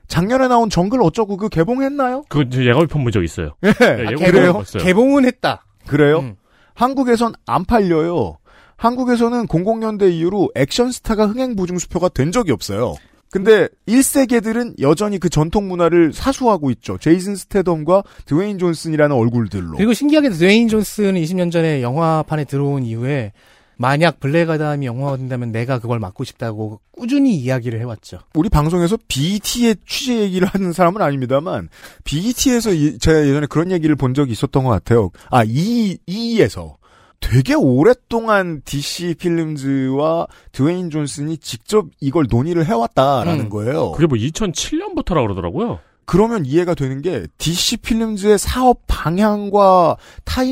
작년에 나온 정글 어쩌고 그 개봉했나요?
그거 저 예고편 본적 있어요.
예.
네, 예고편
그래요?
봤어요.
개봉은 했다.
그래요? 한국에선 안 팔려요. 한국에서는 00년대 이후로 액션 스타가 흥행 부중 수표가 된 적이 없어요. 근데 1세계들은 여전히 그 전통 문화를 사수하고 있죠. 제이슨 스테덤과 드웨인 존슨이라는 얼굴들로.
그리고 신기하게도 드웨인 존슨은 20년 전에 영화판에 들어온 이후에 만약 블랙아담이 영화가 된다면 내가 그걸 맡고 싶다고 꾸준히 이야기를 해왔죠.
우리 방송에서 BET의 취재 얘기를 하는 사람은 아닙니다만 BET에서 제가 예전에 그런 얘기를 본 적이 있었던 것 같아요. 아 E E에서 되게 오랫동안 DC 필름즈와 드웨인 존슨이 직접 이걸 논의를 해왔다라는
음.
거예요.
그게 뭐 2007년부터라 그러더라고요.
그러면 이해가 되는 게 DC 필름즈의 사업 방향과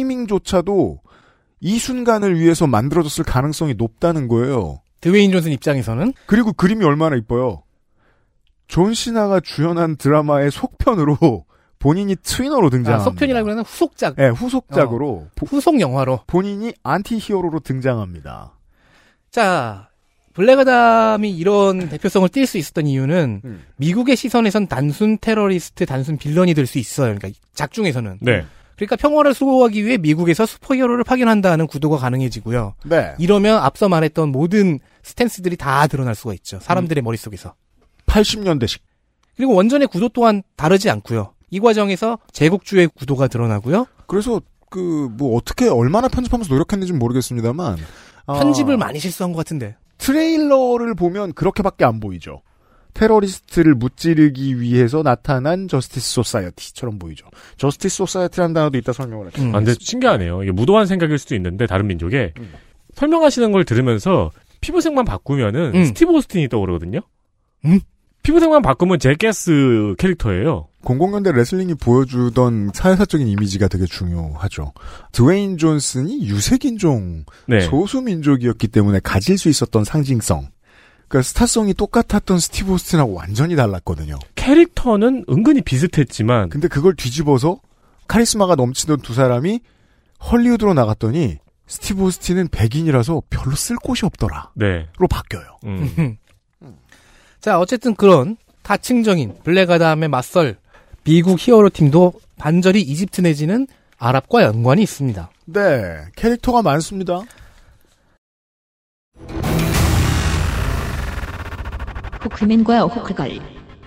타이밍조차도 이 순간을 위해서 만들어졌을 가능성이 높다는 거예요.
드웨인 존슨 입장에서는 아,
그리고 그림이 얼마나 이뻐요. 존 시나가 주연한 드라마의 속편으로 (laughs) 본인이 트위너로
아,
등장합니다.
속편이라고 하는 후속작.
예, 후속작으로
후속 영화로
본인이 안티히어로로 등장합니다.
자, 블랙아담이 이런 대표성을 띌 수 있었던 이유는
음.
미국의 시선에선 단순 테러리스트, 단순 빌런이 될 수 있어요. 그러니까 작중에서는.
네.
그러니까 평화를 수호하기 위해 미국에서 슈퍼히어로를 파견한다는 구도가 가능해지고요.
네.
이러면 앞서 말했던 모든 스탠스들이 다 드러날 수가 있죠.
음.
사람들의 머릿속에서.
80년대식.
그리고 원전의 구도 또한 다르지 않고요. 이 과정에서 제국주의 구도가 드러나고요.
그래서 그 뭐 어떻게 얼마나 편집하면서 노력했는지는 모르겠습니다만 아,
편집을 많이 실수한 것 같은데.
트레일러를 보면 그렇게밖에 안 보이죠. 테러리스트를 무찌르기 위해서 나타난 저스티스 소사이어티처럼 보이죠. 저스티스 소사이어티라는 단어도 이따 설명을 할게요.
음,
아, 근데 신기하네요. 이게 무도한 생각일 수도 있는데 다른 민족에
음.
설명하시는 걸 들으면서 피부색만 바꾸면은
음.
스티브 오스틴이 떠오르거든요. 피부색만 바꾸면 제게스 캐릭터예요.
00년대 레슬링이 보여주던 사회사적인 이미지가 되게 중요하죠. 드웨인 존슨이 유색인종
네.
소수민족이었기 때문에 가질 수 있었던 상징성. 그러니까 스타성이 똑같았던 스티브 오스틴하고 완전히 달랐거든요.
캐릭터는 은근히 비슷했지만
근데 그걸 뒤집어서 카리스마가 넘치던 두 사람이 헐리우드로 나갔더니 스티브 오스틴은 백인이라서 별로 쓸 곳이 없더라.
네.
로 바뀌어요. (laughs)
자, 어쨌든 그런 다층적인 블랙아담에 맞설 미국 히어로 팀도 반절이 이집트 내지는 아랍과 연관이 있습니다.
네, 캐릭터가 많습니다.
호크맨과 호크걸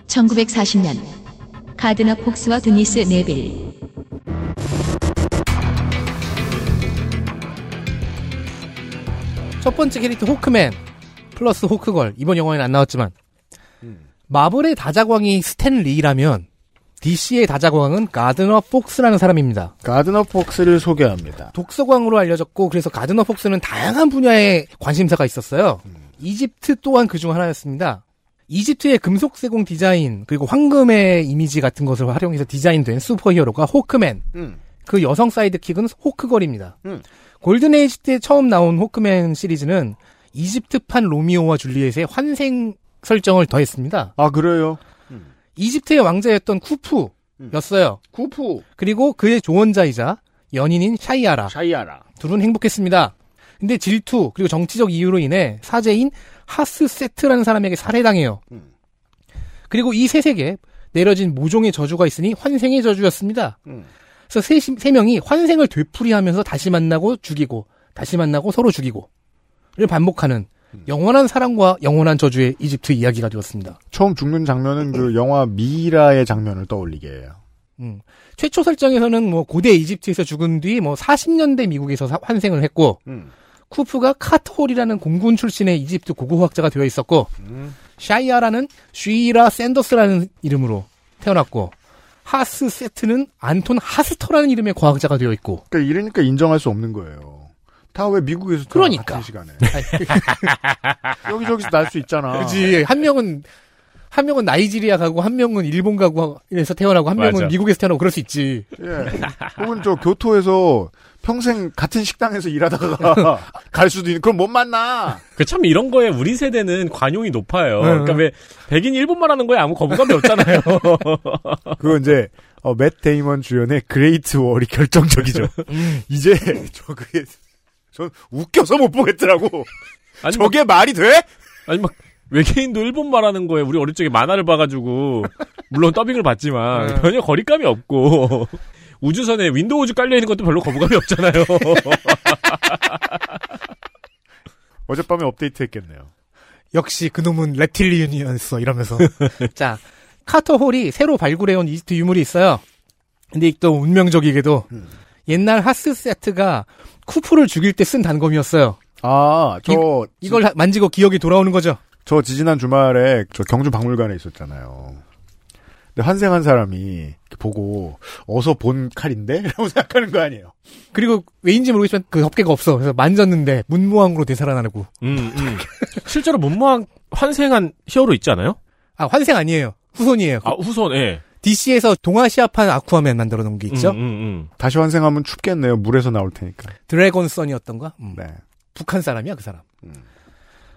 1940년 가드너 폭스와 드니스 네빌
첫 번째 캐릭터 호크맨 플러스 호크걸 이번 영화에는 안 나왔지만 마블의 다자광이 스탠 리라면 DC의 다자광은 가드너 폭스라는 사람입니다.
가드너 폭스를 소개합니다.
독서광으로 알려졌고 그래서 가드너 폭스는 다양한 분야에 관심사가 있었어요. 이집트 또한 그중 하나였습니다. 이집트의 금속 세공 디자인 그리고 황금의 이미지 같은 것을 활용해서 디자인된 슈퍼히어로가 호크맨. 그 여성 사이드킥은 호크걸입니다.
음.
골든에이지 때 처음 나온 호크맨 시리즈는 이집트판 로미오와 줄리엣의 환생 설정을 더했습니다.
아 그래요?
이집트의 왕자였던 쿠프였어요.
음. 쿠프.
그리고 그의 조언자이자 연인인 샤이아라.
샤이아라.
둘은 행복했습니다. 근데 질투 그리고 정치적 이유로 인해 사제인 하스 세트라는 사람에게 살해당해요. 그리고 이 세세에 내려진 모종의 저주가 있으니 환생의 저주였습니다. 그래서 세, 시- 세 명이 환생을 되풀이하면서 다시 만나고 죽이고 다시 만나고 서로 죽이고를 반복하는 영원한 사랑과 영원한 저주의 이집트 이야기가 되었습니다.
처음 죽는 장면은 그 영화 미라의 장면을 떠올리게 해요.
음. 최초 설정에서는 뭐 고대 이집트에서 죽은 뒤 뭐 40년대 미국에서 사- 환생을 했고 쿠프가 카트홀이라는 공군 출신의 이집트 고고학자가 되어 있었고 샤이아라는 쉬이라 샌더스라는 이름으로 태어났고 하스 세트는 안톤 하스터라는 이름의 과학자가 되어 있고
그러니까 이러니까 인정할 수 없는 거예요. 다 왜 미국에서 같은
그러니까.
시간에
(laughs)
여기저기서 날 수 있잖아.
그지 한 명은 한 명은 나이지리아 가고 한 명은 일본 가고 에서 태어나고 한 명은
맞아.
미국에서 태어나고 그럴 수 있지
예. (laughs) 혹은 저 교토에서 평생 같은 식당에서 일하다가 (laughs) 갈 수도 있는 그럼 못 만나.
그 참 이런 거에 우리 세대는 관용이 높아요.
네.
그러니까 왜 백인 일본말 하는 거에 아무 거부감이
(laughs)
없잖아요. 뭐
그거 이제 어, 맷 데이먼 주연의 그레이트 월이 결정적이죠. 이제 저 그게 전 웃겨서 못 보겠더라고.
아니,
저게 말이 돼?
아니 막 외계인도 일본 말하는 거에 우리 어릴 적에 만화를 봐가지고 물론 더빙을 봤지만
네.
전혀 거리감이 없고 우주선에 윈도우즈 깔려 있는 것도 별로 거부감이 없잖아요.
어젯밤에 업데이트했겠네요.
역시 그놈은 랩틸리언이었어 이러면서 (laughs) 자 카터 홀이 새로 발굴해온 이집트 유물이 있어요. 근데 또 운명적이게도 옛날 하스 세트가 쿠프를 죽일 때 쓴 단검이었어요.
아, 저
이, 걸 만지고 기억이 돌아오는 거죠.
저 지지난 주말에 저 경주 박물관에 있었잖아요. 근데 환생한 사람이 이렇게 보고 어서 본 칼인데 (laughs) 이러고 생각하는 거 아니에요.
그리고 왜인지 모르겠지만 그 덮개가 없어. 그래서 만졌는데 문무왕으로 되살아나고.
(laughs) 음, 음. 실제로 문무왕 환생한 히어로 있지 않아요?
아 환생 아니에요. 후손이에요.
아 후손 예. 음,
DC에서 동아시아판 아쿠아맨 만들어 놓은 게
음.
있죠.
다시 환생하면 춥겠네요. 물에서 나올 테니까.
드래곤 선이었던가? 음.
네.
북한 사람이야, 그 사람.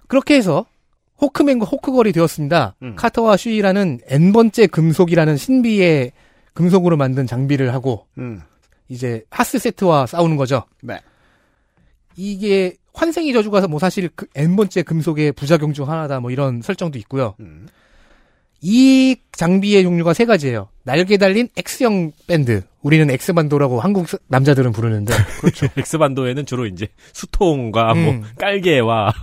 그렇게 해서 호크맨과 호크걸이 되었습니다. 카터와 슈이라는 N번째 금속이라는 신비의 금속으로 만든 장비를 하고
음.
이제 하스 세트와 싸우는 거죠.
네.
이게 환생이 저주가서 뭐 사실 그 N번째 금속의 부작용 중 하나다 뭐 이런 설정도 있고요. 이 장비의 종류가 세 가지예요. 날개 달린 X형 밴드. 우리는 엑스반도라고 한국 사- 남자들은 부르는데
그렇죠. 엑스반도에는 주로 이제 수통과
음.
뭐 (laughs) 깔개와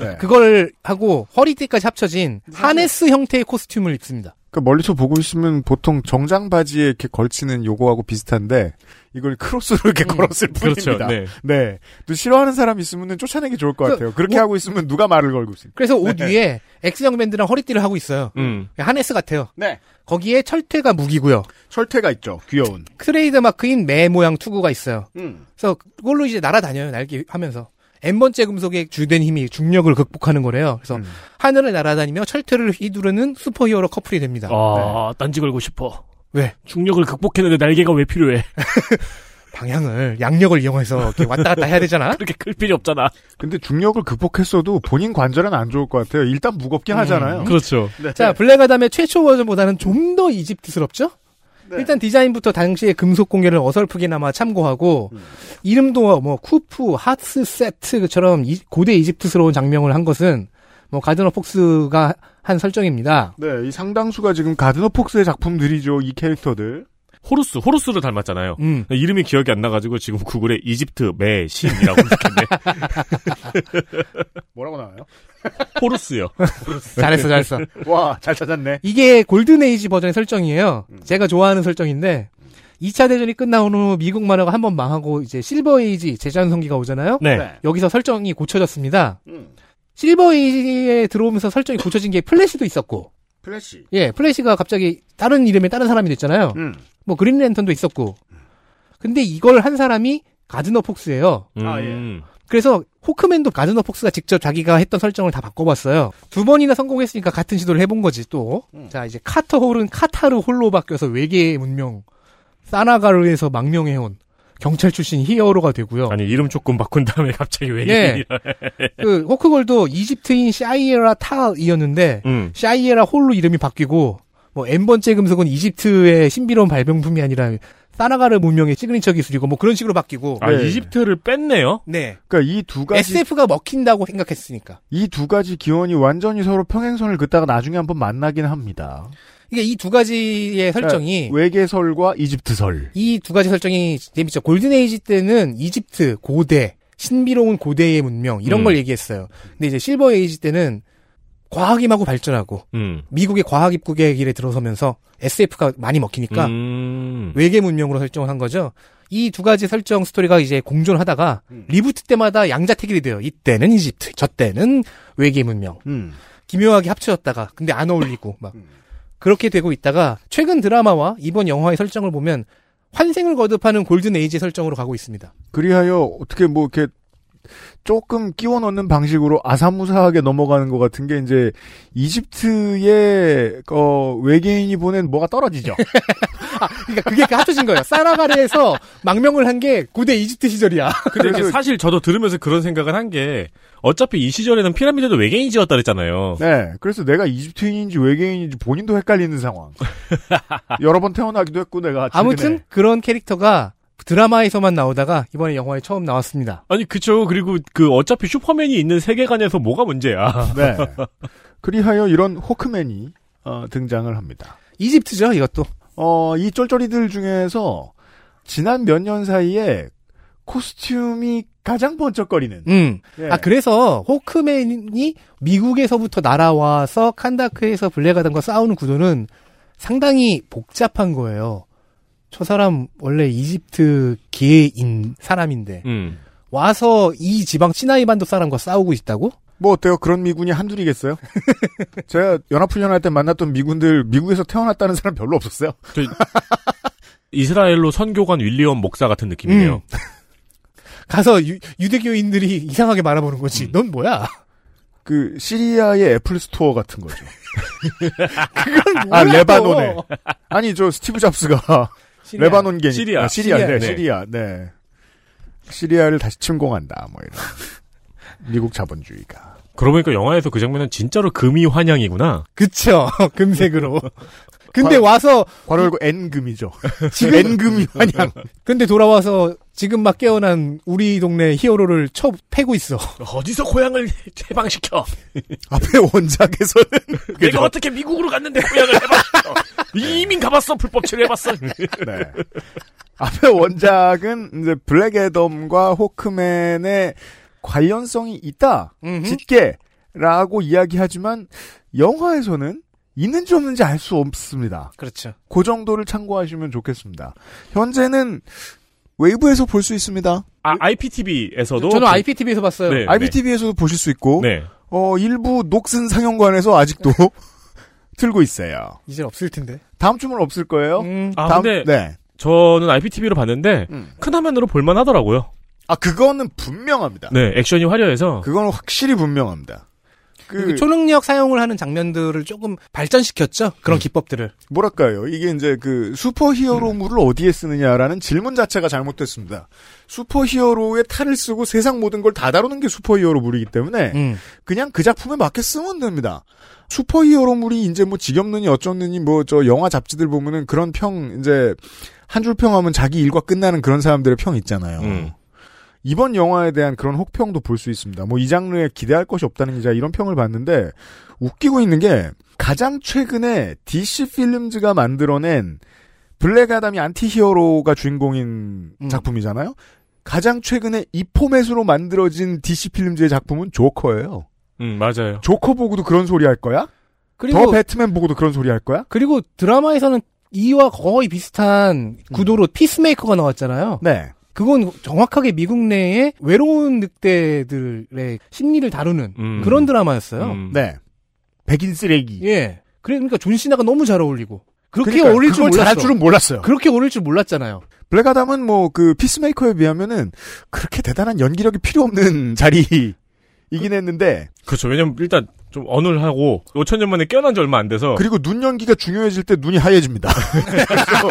네.
그걸 하고 허리띠까지 합쳐진 하네스 형태의 코스튬을 입습니다.
그 멀리서 보고 있으면 보통 정장 바지에 이렇게 걸치는 요거하고 비슷한데 이걸 크로스로 이렇게 걸었을
그렇죠.
뿐입니다.
네.
음. 네. 또 싫어하는 사람 있으면 쫓아내기 좋을 것
그-
같아요. 그렇게 뭐-
옷-
하고 있으면 누가 말을 걸고 있습니까?
그래서 옷
네.
위에 X형 밴드랑 허리띠를 하고 있어요.
음.
하네스 같아요.
네.
거기에 철퇴가 무기고요.
철퇴가 있죠. 귀여운.
트레이드 마크인 매 모양 투구가 있어요.
음.
그래서 그걸로 이제 날아다녀요. 날개 하면서. N번째 금속의 주된 힘이 중력을 극복하는 거래요. 그래서
음.
하늘을 날아다니며 철퇴를 휘두르는 슈퍼히어로 커플이 됩니다.
아 딴지 걸고 싶어.
왜?
중력을 극복했는데 날개가 왜 필요해? (laughs)
방향을 양력을 이용해서 이렇게 왔다 갔다 해야 되잖아.
그렇게 클 필요 없잖아.
근데 중력을 극복했어도 본인 관절은 안 좋을 것 같아요. 일단 무겁긴 하잖아요.
그렇죠.
네.
자, 블랙아담의 최초 버전보다는 좀 더 이집트스럽죠? 일단 디자인부터 당시의 금속 공예를 어설프게나마 참고하고 이름도 뭐 쿠프, 하츠 세트처럼 이- 고대 이집트스러운 장면을 한 것은 뭐 가드너 폭스가 한 설정입니다.
네, 이 상당수가 지금 가드너 폭스의 작품들이죠. 이 캐릭터들.
호루스, 호루스를 닮았잖아요.
음.
이름이 기억이 안 나가지고 지금 구글에 이집트 매 신이라고 검색했네.
뭐라고 (laughs) 나와요?
(laughs) 호루스요.
잘했어, 잘했어.
와, 잘 찾았네.
이게 골든에이지 버전의 설정이에요. 제가 좋아하는 설정인데 2차 대전이 끝나온 후 미국 만화가 한 번 망하고 이제 실버에이지 재전성기가 오잖아요.
네. 네.
여기서 설정이 고쳐졌습니다. 실버에이지에 들어오면서 설정이 고쳐진 게 플래시도 있었고
플래시.
예, 플래시가 갑자기 다른 이름의 다른 사람이
음.
됐잖아요. 뭐 그린랜턴도 있었고. 근데 이걸 한 사람이 가드너 폭스예요.
음.
그래서 호크맨도 가드너 폭스가 직접 자기가 했던 설정을 다 바꿔봤어요. 두 번이나 성공했으니까 같은 시도를 해본 거지 또. 자 이제 카터 홀은 카타르 홀로 바뀌어서 외계의 문명 사나가르에서 망명해온 경찰 출신 히어로가 되고요.
아니 이름 조금 바꾼 다음에 갑자기 왜
네.
이래?
그 호크골도 이집트인 샤이에라 탈이었는데
음.
샤이에라 홀로 이름이 바뀌고 뭐 n 번째 금속은 이집트의 신비로운 발명품이 아니라 사나가르 문명의 시그니처 기술이고 뭐 그런 식으로 바뀌고
아 이집트를 뺐네요.
네.
그러니까 이 두 가지
SF가 먹힌다고 생각했으니까.
이 두 가지 기원이 완전히 서로 평행선을 긋다가 나중에 한번 만나긴 합니다.
이게 이 두 가지의 설정이
그러니까 외계설과 이집트설.
이 두 가지 설정이 재밌죠. 골든에이지 때는 이집트, 고대, 신비로운 고대의 문명 이런
음.
걸 얘기했어요. 근데 이제 실버에이지 때는 과학이 마구 발전하고
음.
미국의 과학 입국의 길에 들어서면서 SF가 많이 먹히니까
음.
외계 문명으로 설정을 한 거죠. 이 두 가지 설정 스토리가 이제 공존하다가 리부트 때마다 양자택일이 돼요. 이때는 이집트, 저때는 외계 문명. 기묘하게 합쳐졌다가 근데 안 어울리고 막 그렇게 되고 있다가 최근 드라마와 이번 영화의 설정을 보면 환생을 거듭하는 골든 에이지 설정으로 가고 있습니다.
그리하여 어떻게 뭐 이렇게 조금 끼워 넣는 방식으로 아사무사하게 넘어가는 것 같은 게 이제 이집트의 어, 외계인이 보낸 뭐가
(laughs)
떨어지죠.
그러니까 그게 그 합쳐진 거예요. 사라가르에서 망명을 한 게 고대 이집트 시절이야.
근데 이게 사실 저도 들으면서 그런 생각을 한 게 어차피 이 시절에는 피라미드도 외계인이 지었다 그랬잖아요.
네, 그래서 내가 이집트인인지 외계인인지 본인도 헷갈리는 상황. 여러 번 태어나기도 했고 내가
아무튼 그런 캐릭터가 드라마에서만 나오다가 이번에 영화에 처음 나왔습니다.
아니 그쵸 그리고 그 어차피 슈퍼맨이 있는 세계관에서 뭐가 (laughs) 문제야
(laughs)
네. 그리하여 이런 호크맨이 어, 등장을 합니다.
이집트죠, 이것도.
어, 이 쫄쫄이들 중에서 지난 몇 년 사이에 코스튬이 가장 번쩍거리는.
음.
예.
아 그래서 호크맨이 미국에서부터 날아와서 칸다크에서 블랙아담과 싸우는 구도는 상당히 복잡한 거예요. 저 사람 원래 이집트계인 사람인데
음.
와서 이 지방 시나이 반도 사람과 싸우고 있다고?
뭐 어때요? 그런 미군이
(laughs)
한둘이겠어요? 제가 연합훈련할 때 만났던 미군들 미국에서 태어났다는 사람 별로 없었어요.
이스라엘로 선교관 윌리엄 목사 같은 느낌이네요
가서 유, 대교인들이 이상하게 말아보는 거지. 넌 뭐야?
음. 그 시리아의 애플 스토어 같은 거죠.
(laughs) 그걸
아
몰라도.
레바논에. 아니 저 스티브 잡스가
(laughs) 시리아.
레바논계
시리아.
아, 시리아
시리아.
네,
네.
시리아 네 시리아를 다시 침공한다 뭐 이런 미국 자본주의가
그러고 보니까 영화에서 그 장면은 진짜로 금이 환향이구나
그쵸. 어, 금색으로. (laughs) 근데 와서
(laughs) 괄호 열고 N금이죠.
지금- 어.
N금이 환향.
근데 돌아와서 지금 막 깨어난 우리 동네 히어로를 쳐 패고 있어.
어디서 고향을 (laughs) 해방시켜
앞에 원작에서는 그죠?
내가 어떻게 미국으로 갔는데 고향을 (laughs) 해봤어? 이민 가봤어 불법 체류해봤어.
네. 앞에 원작은 이제 블랙 애덤과 호크맨의 관련성이 있다.
음.
짙게라고 이야기하지만 영화에서는 있는지 없는지 알 수 없습니다.
그렇죠.
그 정도를 참고하시면 좋겠습니다. 현재는 웨이브에서 볼 수 있습니다.
아, IPTV에서도
(laughs)
그-
저는 IPTV에서 봤어요.
네,
IPTV에서도 보실 수 있고
네.
어, 일부 녹슨 상영관에서 아직도 (laughs) 들고 있어요.
이제 없을 텐데.
다음 주면 없을 거예요.
아
다음-
근데
네. 음.
저는 IPTV로 봤는데 큰 화면으로 볼만하더라고요.
아 그거는 분명합니다.
네, 액션이
어.
화려해서
그건 확실히 분명합니다.
그 초능력 사용을 하는 장면들을 조금 발전시켰죠. 그런 기법들을.
뭐랄까요? 이게 이제 그 슈퍼히어로물을 어디에 쓰느냐라는 질문 자체가 잘못됐습니다. 슈퍼히어로의 탈을 쓰고 세상 모든 걸 다 다루는 게 슈퍼히어로물이기
음.
때문에 그냥 그 작품에 맞게 쓰면 됩니다. 슈퍼히어로물이 이제 뭐 지겹느니 어쩌느니 뭐 저 영화 잡지들 보면은 그런 평 이제 한 줄 평하면 자기 일과 끝나는 그런 사람들의 평 있잖아요.
음.
음.
이번 영화에 대한 그런 혹평도 볼 수 있습니다. 뭐 이 장르에 기대할 것이 없다는 기자 이런 평을 봤는데 웃기고 있는 게 가장 최근에 DC 필름즈가 만들어낸 블랙 아담이 안티 히어로가 주인공인
음.
작품이잖아요. 가장 최근에 이 포맷으로 만들어진 DC 필름즈의 작품은 조커예요.
음 맞아요.
조커 보고도 그런 소리 할 거야?
그리고-
더 배트맨 보고도 그런 소리 할 거야?
그리고 드라마에서는 이와 거의 비슷한 구도로 피스메이커가 나왔잖아요.
네.
그건 정확하게 미국 내의 외로운 늑대들의 심리를 다루는
음.
그런 드라마였어요.
네. 백인 쓰레기.
예. 그래, 그러니까 존 시나가 너무 잘 어울리고. 그렇게
그러니까요.
어울릴 줄
그걸 잘할
몰랐어.
줄은 몰랐어요.
그렇게 어울릴 줄 몰랐잖아요.
블랙 아담은 뭐 그 피스메이커에 비하면은 그렇게 대단한 연기력이 필요 없는 (laughs) 자리이긴 했는데
그렇죠. 왜냐면 일단 좀 어눌하고 5천 년 만에 깨어난 지 얼마 안 돼서
그리고 눈 연기가 중요해질 때 눈이 하얘집니다. (laughs) 그래서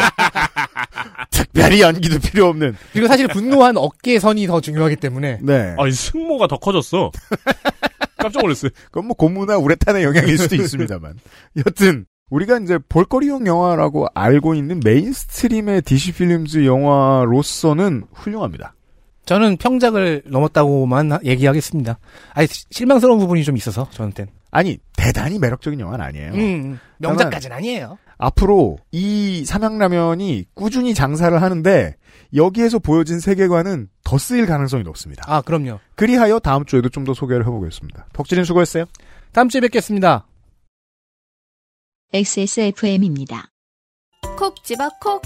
특별히 연기도 필요 없는
그리고 사실 분노한 어깨 선이 더 중요하기 때문에.
네.
아니 승모가 더 커졌어. (laughs) 깜짝 놀랐어요.
그건 뭐 고무나 우레탄의 영향일 수도 있습니다만. 여튼 우리가 이제 볼거리용 영화라고 알고 있는 메인스트림의 DC 필름즈 영화로서는 훌륭합니다.
저는 평작을 넘었다고만 하- 얘기하겠습니다. 아니, 시- 실망스러운 부분이 좀 있어서, 저한텐.
아니 대단히 매력적인 영화는 아니에요.
음, 명작까지는 아니에요.
앞으로 이 삼양라면이 꾸준히 장사를 하는데 여기에서 보여진 세계관은 더 쓰일 가능성이 높습니다.
아, 그럼요.
그리하여 다음 주에도 좀 더 소개를 해보겠습니다. 덕질인 수고했어요.
다음 주에 뵙겠습니다.
XSFM입니다.
콕 집어 콕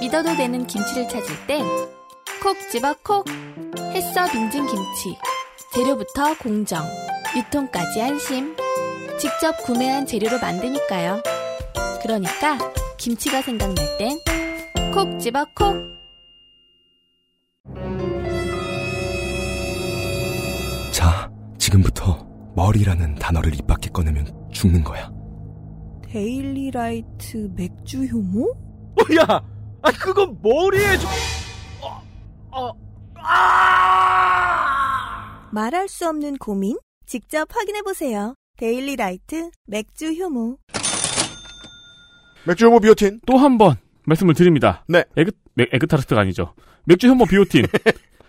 믿어도 되는 김치를 찾을 땐 콕 집어 콕 햇서 빙진 김치 재료부터 공정 유통까지 안심 직접 구매한 재료로 만드니까요 그러니까 김치가 생각날 땐 콕 집어 콕
자, 지금부터 머리라는 단어를 입 밖에 꺼내면 죽는 거야.
데일리 라이트 맥주 효모?
야, 아 그건 머리에 좀 어, 아!
말할 수 없는 고민? 직접 확인해보세요. 데일리 라이트 맥주 효모.
맥주 오버 비오틴
또 한 번 말씀을 드립니다.
네.
에그, 맥- 에그타르트가 아니죠. 맥주 현모
(laughs)
비오틴.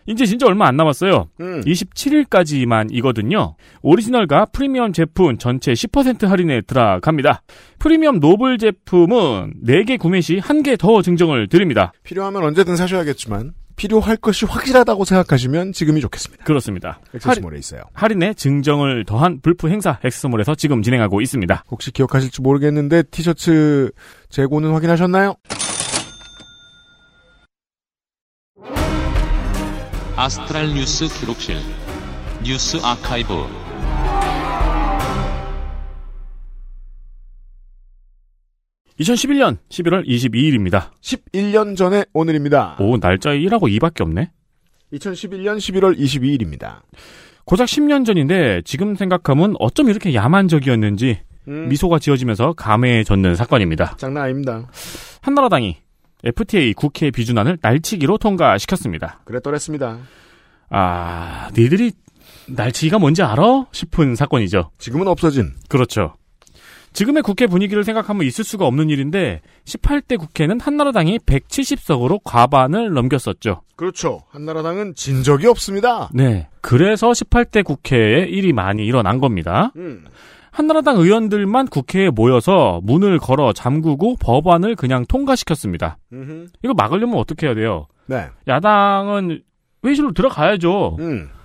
이제 진짜 얼마 안 남았어요.
음.
27일까지만이거든요. 오리지널과 프리미엄 제품 전체 10% 할인에 들어갑니다. 프리미엄 노블 제품은 4개 구매 시 1개 더 증정을 드립니다.
필요하면 언제든 사셔야겠지만 필요할 것이 확실하다고 생각하시면 지금이 좋겠습니다.
그렇습니다.
엑세스몰에 있어요.
할인에 증정을 더한 불프 행사 엑세스몰에서 지금 진행하고 있습니다.
혹시 기억하실지 모르겠는데 티셔츠 재고는 확인하셨나요?
아스트랄 뉴스 기록실 뉴스 아카이브
이 2011년 11월 22일입니다.
11년 전의 오늘입니다.
오, 날짜 1하고 2밖에 없네.
2011년 11월 22일입니다.
고작 10년 전인데 지금 생각하면 어쩜 이렇게 야만적이었는지
음.
미소가 지어지면서 감회해졌는 사건입니다.
장난 아닙니다.
한나라당이 FTA 국회 비준안을 날치기로 통과시켰습니다.
그랬더랬습니다.
아, 니들이 날치기가 뭔지 알아? 싶은 사건이죠.
지금은 없어진.
그렇죠. 지금의 국회 분위기를 생각하면 있을 수가 없는 일인데 18대 국회는 한나라당이 170석으로 과반을 넘겼었죠.
그렇죠. 한나라당은 진 적이 없습니다.
네. 그래서 18대 국회에 일이 많이 일어난 겁니다.
음.
한나라당 의원들만 국회에 모여서 문을 걸어 잠그고 법안을 그냥 통과시켰습니다.
음흠.
이거 막으려면 어떻게 해야 돼요?
네.
야당은 회의실로 들어가야죠.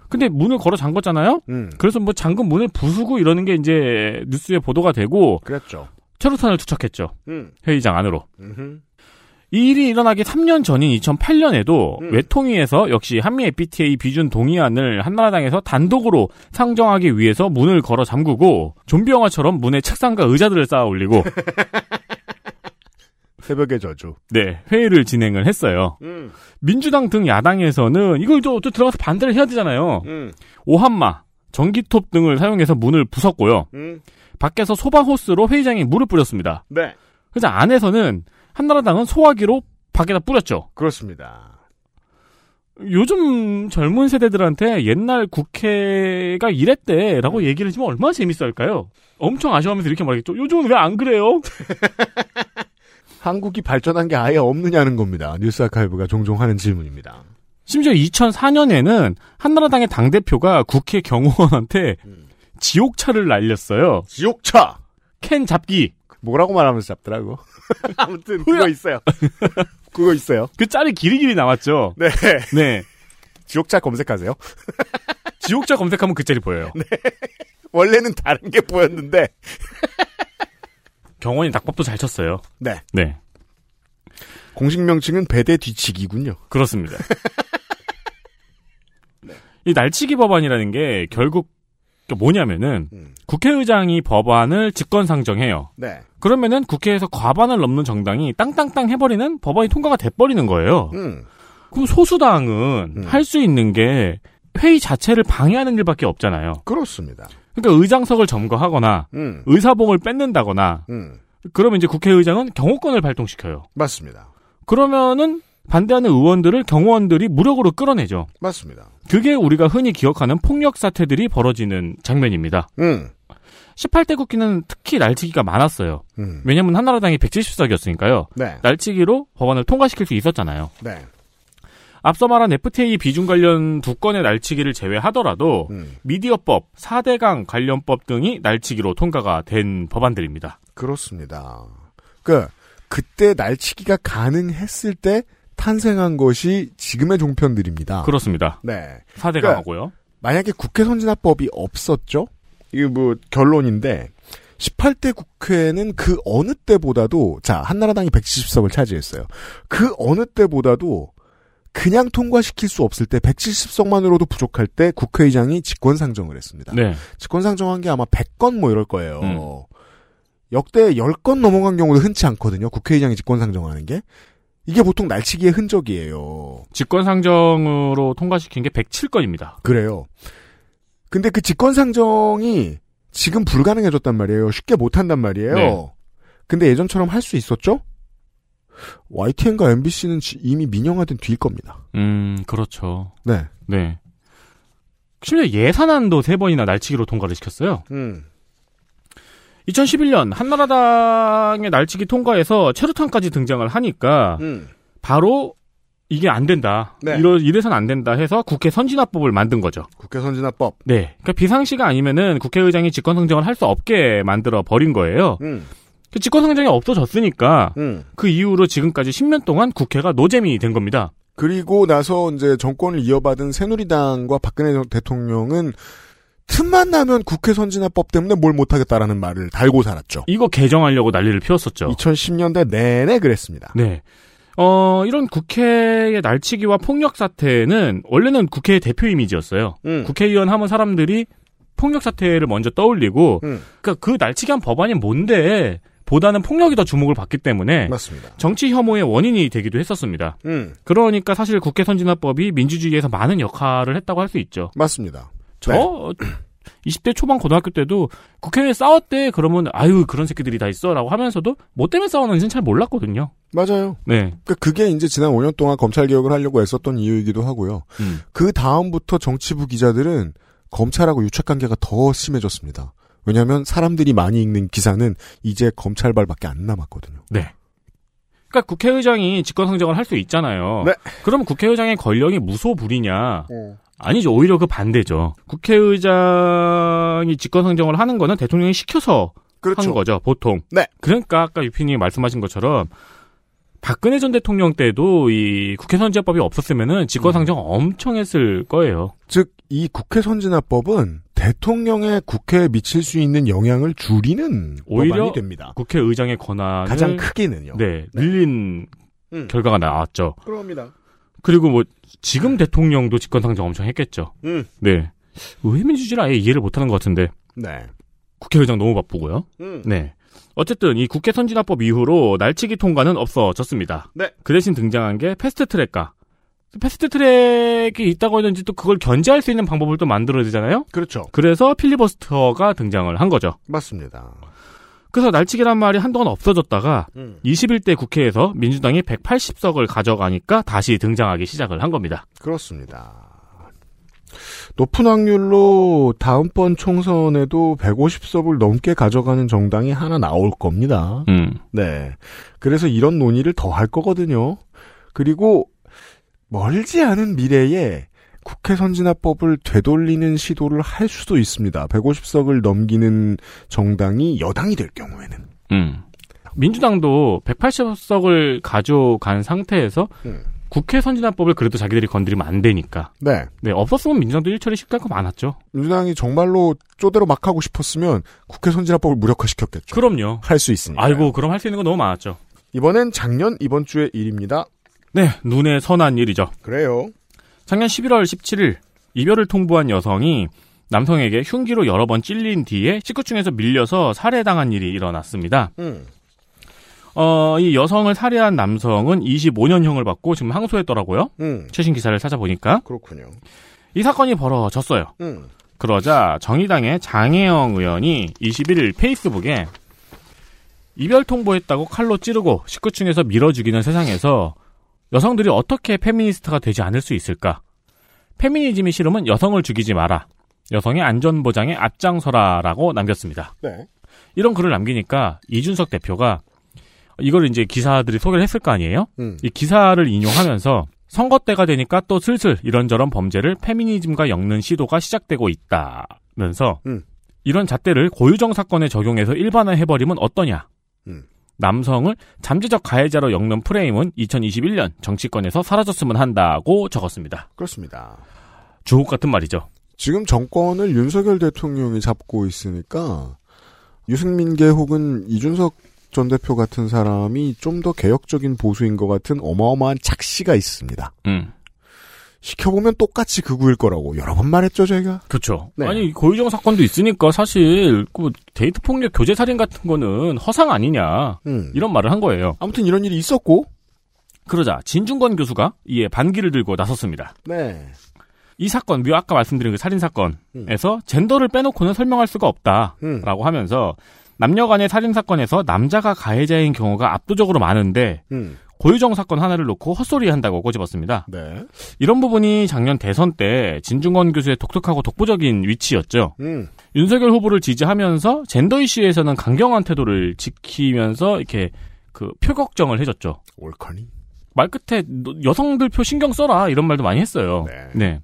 근데 문을 걸어 잠궜잖아요?
음.
그래서 뭐 잠금 문을 부수고 이러는 게 이제 뉴스에 보도가 되고
그랬죠.
최루탄을 투척했죠.
음.
회의장 안으로.
음흠.
이 일이 일어나기 3년 전인 2008년에도
음.
외통위에서 역시 한미 FTA 비준 동의안을 한나라당에서 단독으로 상정하기 위해서 문을 걸어 잠그고 좀비 영화처럼 문에 책상과 의자들을 쌓아
(laughs)
올리고
새벽의 저주.
네, 회의를 진행을 했어요.
음.
민주당 등 야당에서는 이걸 저, 저 들어가서 반대를 해야 되잖아요.
음.
오한마, 전기톱 등을 사용해서 문을 부쉈고요.
음.
밖에서 소방 호스로 회의장에 물을 뿌렸습니다.
네.
그래서 안에서는 한나라당은 소화기로 밖에다 뿌렸죠.
그렇습니다.
요즘 젊은 세대들한테 옛날 국회가 이랬대라고 얘기를 해주면 얼마나 재밌어 할까요? 엄청 아쉬워하면서 이렇게 말하겠죠. 요즘은 왜 안 그래요?
한국이 발전한 게 아예 없느냐는 겁니다. 뉴스 아카이브가 종종 하는 질문입니다.
심지어 2004년에는 한나라당의 당대표가 국회 경호원한테 지옥차를 날렸어요.
지옥차!
캔 잡기!
뭐라고 말하면서 잡더라고. (laughs) 아무튼 그거 있어요. (laughs) 그거 있어요.
그 짤이 길이길이 나왔죠.
네.
네.
지옥차 검색하세요.
지옥차 검색하면 그 짤이 보여요.
원래는 다른 게 보였는데.
경호원이 낙법도 잘 쳤어요.
네.
네.
공식 명칭은 배대 뒤치기군요.
그렇습니다. 이 날치기 법안이라는 게 결국 그러니까 뭐냐면은 국회의장이 법안을 직권 상정해요.
네.
그러면은 국회에서 과반을 넘는 정당이 땅땅땅 해버리는 법안이 통과가 돼버리는 거예요.
음.
그럼 소수당은 할 수 있는 게 회의 자체를 방해하는 일밖에 없잖아요.
그렇습니다.
그러니까 의장석을 점거하거나
음.
의사봉을 뺏는다거나
음.
그러면 이제 국회의장은 경호권을 발동시켜요.
맞습니다.
그러면은 반대하는 의원들을 경호원들이 무력으로 끌어내죠.
맞습니다.
그게 우리가 흔히 기억하는 폭력 사태들이 벌어지는 장면입니다.
음.
18대 국기는 특히 날치기가 많았어요.
음.
왜냐면 한나라당이 170석이었으니까요.
네.
날치기로 법안을 통과시킬 수 있었잖아요.
네.
앞서 말한 FTA 비준 관련 두 건의 날치기를 제외하더라도
음,
미디어법, 4대강 관련법 등이 날치기로 통과가 된 법안들입니다.
그렇습니다. 그 그때 날치기가 가능했을 때 탄생한 것이 지금의
아.
종편들입니다.
그렇습니다.
네.
4대강 하고요.
만약에 국회 선진화법이 없었죠? 이게 뭐 결론인데 18대 국회는 그 어느 때보다도 자 한나라당이 170석을 차지했어요. 그 어느 때보다도 그냥 통과시킬 수 없을 때 170석만으로도 부족할 때 국회의장이 직권 상정을 했습니다.
네.
직권 상정한 게 아마 100건 뭐 이럴 거예요. 역대 10건 넘어간 경우도 흔치 않거든요. 국회의장이 직권 상정하는 게. 이게 보통 날치기의 흔적이에요.
직권 상정으로 통과시킨 게 107건입니다.
그래요. 근데 그 직권 상정이 지금 불가능해졌단 말이에요. 쉽게 못 한단 말이에요.
네.
근데 예전처럼 할 수 있었죠? YTN과 MBC는 이미 민영화된 뒤일 겁니다.
음, 그렇죠.
네.
네.
음.
심지어 예산안도 세 번이나 날치기로 통과를 시켰어요. 2011년 한나라당의 날치기 통과에서 체류탄까지 등장을 하니까
음.
바로 이게 안 된다.
네.
이러, 이래선 안 된다 해서 국회 선진화법을 만든 거죠.
국회 선진화법.
네. 그러니까 비상시가 아니면은 국회의장이 직권상정을 할 수 없게 만들어 버린 거예요.
음.
그 직권상정이 없어졌으니까
음.
그 이후로 지금까지 10년 동안 국회가 노잼이 된 겁니다.
그리고 나서 이제 정권을 이어받은 새누리당과 박근혜 정- 대통령은 틈만 나면 국회 선진화법 때문에 뭘 못하겠다라는 말을 달고 살았죠.
이거 개정하려고 난리를 피웠었죠.
2010년대 내내 그랬습니다.
그렇죠. 네. 어, 이런 국회의 날치기와 폭력 사태는 원래는 국회의 대표 이미지였어요.
음.
국회의원 하면 사람들이 폭력 사태를 먼저 떠올리고,
음.
그러니까 그 날치기한 법안이 뭔데 보다는 폭력이 더 주목을 받기 때문에
맞습니다.
정치 혐오의 원인이 되기도 했었습니다.
음.
그러니까 사실 국회 선진화법이 민주주의에서 많은 역할을 했다고 할 수 있죠.
맞습니다.
저
네.
어, (clears throat) 20대 초반 고등학교 때도 국회에 싸웠대 그러면 아유 그런 새끼들이 다 있어라고 하면서도 뭐 때문에 싸우는지는 잘 몰랐거든요.
맞아요.
네.
그러니까 그게 이제 지난 5년 동안 검찰 개혁을 하려고 애썼던 이유이기도 하고요.
음.
그 다음부터 정치부 기자들은 검찰하고 유착 관계가 더 심해졌습니다. 왜냐하면 사람들이 많이 읽는 기사는 이제 검찰발밖에 안 남았거든요.
네. 그러니까 국회의장이 직권상정을 할 수 있잖아요.
네.
그럼 국회의장의 권력이 무소불위냐?
어.
아니죠. 오히려 그 반대죠. 국회의장이 직권상정을 하는 거는 대통령이 시켜서
그렇죠.
한 거죠. 보통.
네.
그러니까 아까 유피님이 말씀하신 것처럼 박근혜 전 대통령 때도 이 국회 선진화법이 없었으면은
음.
직권상정 엄청 했을 거예요.
즉, 이 국회 선진화법은 대통령의 국회에 미칠 수 있는 영향을 줄이는
오히려
법안이 됩니다.
국회의장의 권한을
가장 크게는요.
네, 늘린
음.
결과가 나왔죠.
그럽니다.
그리고 뭐 지금 대통령도 직권상정 엄청 했겠죠.
네. 음.
네. 의회민주주의를 아예 이해를 못하는 것 같은데
네.
국회의장 너무 바쁘고요.
음.
네. 어쨌든 이 국회 선진화법 이후로 날치기 통과는 없어졌습니다.
네.
그 대신 등장한 게 패스트트랙과 패스트트랙이 있다고 했는지 또 그걸 견제할 수 있는 방법을 또 만들어야 되잖아요.
그렇죠.
그래서 필리버스터가 등장을 한 거죠.
맞습니다.
그래서 날치기란 말이 한동안 없어졌다가
음.
21대 국회에서 민주당이 180석을 가져가니까 다시 등장하기 시작을 한 겁니다.
그렇습니다. 높은 확률로 다음번 총선에도 150석을 넘게 가져가는 정당이 하나 나올 겁니다.
음.
네. 그래서 이런 논의를 더 할 거거든요. 그리고 멀지 않은 미래에 국회 선진화법을 되돌리는 시도를 할 수도 있습니다. 150석을 넘기는 정당이 여당이 될 경우에는.
민주당도 180석을 가져간 상태에서 국회 선진화법을 그래도 자기들이 건드리면 안 되니까.
네.
네, 없었으면 민주당도 일처리 쉽게 할거 많았죠.
민주당이 정말로 쪼대로 막 하고 싶었으면 국회 선진화법을 무력화시켰겠죠.
그럼요.
할 수 있으니까.
아이고, 그럼 할 수 있는 거 너무 많았죠.
이번엔 작년 이번 주의 일입니다.
네, 눈에 선한 일이죠.
그래요.
작년 11월 17일 이별을 통보한 여성이 남성에게 흉기로 여러 번 찔린 뒤에 식구 중에서 밀려서 살해당한 일이 일어났습니다.
음.
어, 이 여성을 살해한 남성은 25년형을 받고 지금 항소했더라고요.
음.
최신 기사를 찾아보니까.
그렇군요.
이 사건이 벌어졌어요.
음.
그러자 정의당의 장혜영 의원이 21일 페이스북에 이별 통보했다고 칼로 찌르고 19층에서 밀어 죽이는 세상에서 여성들이 어떻게 페미니스트가 되지 않을 수 있을까? 페미니즘이 싫으면 여성을 죽이지 마라. 여성의 안전보장에 앞장서라라고 남겼습니다.
네.
이런 글을 남기니까 이준석 대표가 이걸 이제 기사들이 소개를 했을 거 아니에요?
음.
이 기사를 인용하면서 선거 때가 되니까 또 슬슬 이런저런 범죄를 페미니즘과 엮는 시도가 시작되고 있다면서
음.
이런 잣대를 고유정 사건에 적용해서 일반화해버리면 어떠냐?
음.
남성을 잠재적 가해자로 엮는 프레임은 2021년 정치권에서 사라졌으면 한다고 적었습니다.
그렇습니다.
주옥 같은 말이죠.
지금 정권을 윤석열 대통령이 잡고 있으니까 유승민계 혹은 이준석 전 대표 같은 사람이 좀 더 개혁적인 보수인 것 같은 어마어마한 착시가 있습니다.
음.
시켜보면 똑같이 그구일 거라고 여러 번 말했죠, 제가.
그렇죠.
네.
아니 고유정 사건도 있으니까 사실 그 데이트 폭력 교제 살인 같은 거는 허상 아니냐 이런 말을 한 거예요.
음. 아무튼 이런 일이 있었고
그러자 진중권 교수가 이에 반기를 들고 나섰습니다.
네.
이 사건, 묘 아까 말씀드린 그 살인 사건에서 젠더를 빼놓고는 설명할 수가
음. 아.
없다라고 하면서 남녀 간의 살인 사건에서 남자가 가해자인 경우가 압도적으로 많은데
음.
고유정 사건 하나를 놓고 헛소리한다고 꼬집었습니다.
네.
이런 부분이 작년 대선 때 진중권 교수의 독특하고 독보적인 위치였죠.
음.
윤석열 후보를 지지하면서 젠더 이슈에서는 강경한 태도를 지키면서 이렇게 그 표걱정을 해줬죠.
올커니?
말 끝에 너- 여성들 표 신경 써라 이런 말도 많이 했어요.
음.
네.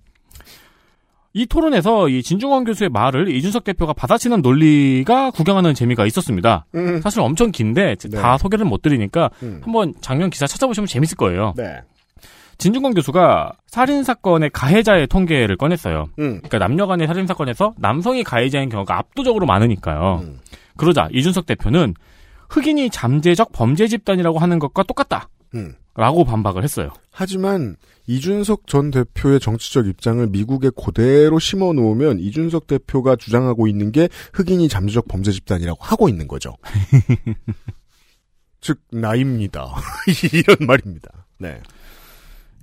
이 토론에서 이 진중원 교수의 말을 이준석 대표가 받아치는 논리가 구경하는 재미가 있었습니다. 사실 엄청 긴데 다 소개를 못 드리니까 한번 작년 기사 찾아보시면 재밌을 거예요.
네.
진중권 교수가 살인 사건의 가해자의 통계를 꺼냈어요.
음.
그러니까 남녀 간의 살인 사건에서 남성이 가해자인 경우가 압도적으로 많으니까요. 그러자 이준석 대표는 흑인이 잠재적 범죄 집단이라고 하는 것과 똑같다.
음.
라고 반박을 했어요.
하지만 이준석 전 대표의 정치적 입장을 미국에 그대로 심어 놓으면 이준석 대표가 주장하고 있는 게 흑인이 잠재적 범죄 집단이라고 하고 있는 거죠. 즉 나입니다. (laughs) 이런 말입니다. 네.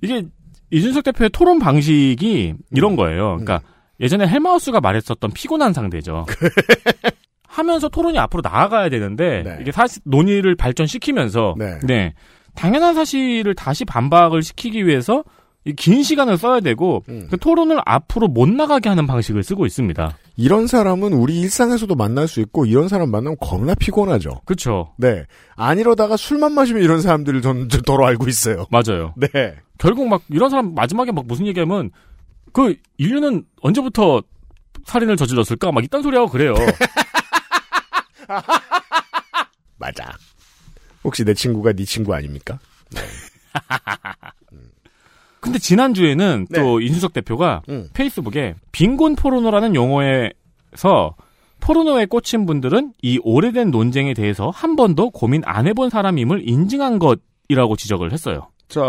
이게 이준석 대표의 토론 방식이 이런 거예요. 그러니까 예전에 헬마우스가 말했었던 피곤한 상대죠. 하면서 토론이 앞으로 나아가야 되는데 이게 사실 논의를 발전시키면서 네. 당연한 사실을 다시 반박을 시키기 위해서 이긴 시간을 써야 되고 그 토론을 앞으로 못 나가게 하는 방식을 쓰고 있습니다.
이런 사람은 우리 일상에서도 만날 수 있고 이런 사람 만나면 겁나 피곤하죠.
그렇죠.
네. 안 이러다가 술만 마시면 이런 사람들을 전 저- 더러 알고 있어요.
맞아요.
네.
결국 막 이런 사람 마지막에 막 무슨 얘기하면 그 인류는 언제부터 살인을 저질렀을까 막 이딴 소리하고 그래요.
맞아. 혹시 내 친구가 네 친구 아닙니까?
근데 지난주에는 또 이준석 대표가 페이스북에 빈곤 포르노라는 용어에서 포르노에 꽂힌 분들은 이 오래된 논쟁에 대해서 한 번도 고민 안 해본 사람임을 인증한 것이라고 지적을 했어요.
자,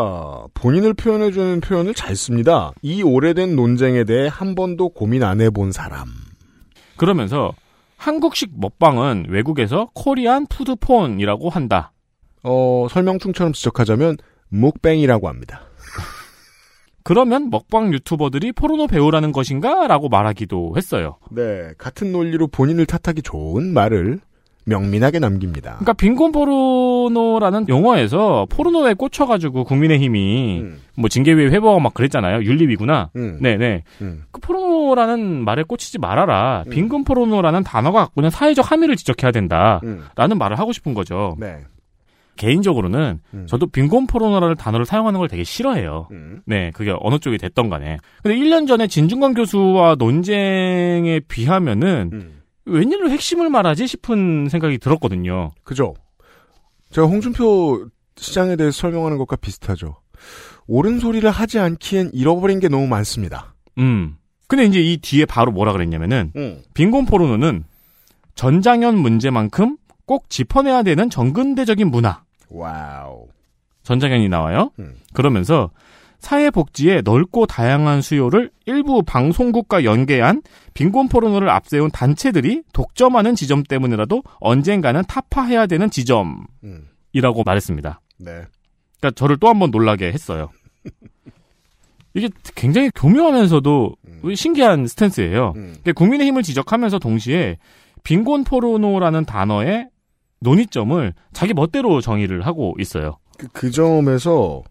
본인을 표현해주는 표현을 잘 씁니다. 이 오래된 논쟁에 대해 한 번도 고민 안 해본 사람.
그러면서 한국식 먹방은 외국에서 코리안 푸드폰이라고 한다.
어, 설명충처럼 지적하자면, 묵뱅이라고 합니다.
그러면 먹방 유튜버들이 포르노 배우라는 것인가? 라고 말하기도 했어요.
네, 같은 논리로 본인을 탓하기 좋은 말을 명민하게 남깁니다.
그러니까 빈곤 포르노라는 용어에서 포르노에 꽂혀가지고 국민의힘이
음.
뭐 징계위에 회부하고 막 그랬잖아요. 윤리위구나. 네네.
음,
그 포르노라는 말에 꽂히지 말아라. 빈곤 포르노라는 단어가 갖고는 사회적 함의를 지적해야 된다.
음.
라는 말을 하고 싶은 거죠.
네,
개인적으로는 저도 빈곤 포르노라는 단어를 사용하는 걸
음.
되게 싫어해요. 네, 그게 어느 쪽이 됐던 간에. 근데 1년 전에 진중권 교수와 논쟁에 비하면은
음.
웬일로 핵심을 말하지 싶은 생각이 들었거든요.
그죠? 제가 홍준표 시장에 대해서 설명하는 것과 비슷하죠. 옳은 소리를 하지 않기엔 잃어버린 게 너무 많습니다.
음. 근데 이제 이 뒤에 바로 뭐라 그랬냐면은
음.
빈곤 포르노는 전장현 문제만큼 꼭 짚어내야 되는 정근대적인 문화.
와우.
전장현이 나와요.
음.
그러면서 사회복지의 넓고 다양한 수요를 일부 방송국과 연계한 빈곤 포르노를 앞세운 단체들이 독점하는 지점 때문이라도 언젠가는 타파해야 되는 지점이라고 말했습니다.
음, 네.
그러니까 저를 또 한 번 놀라게 했어요. 이게 굉장히 교묘하면서도
음.
신기한 스탠스예요. 그러니까 국민의힘을 지적하면서 동시에 빈곤 포르노라는 단어의 논의점을 자기 멋대로 정의를 하고 있어요.
그, 그 점에서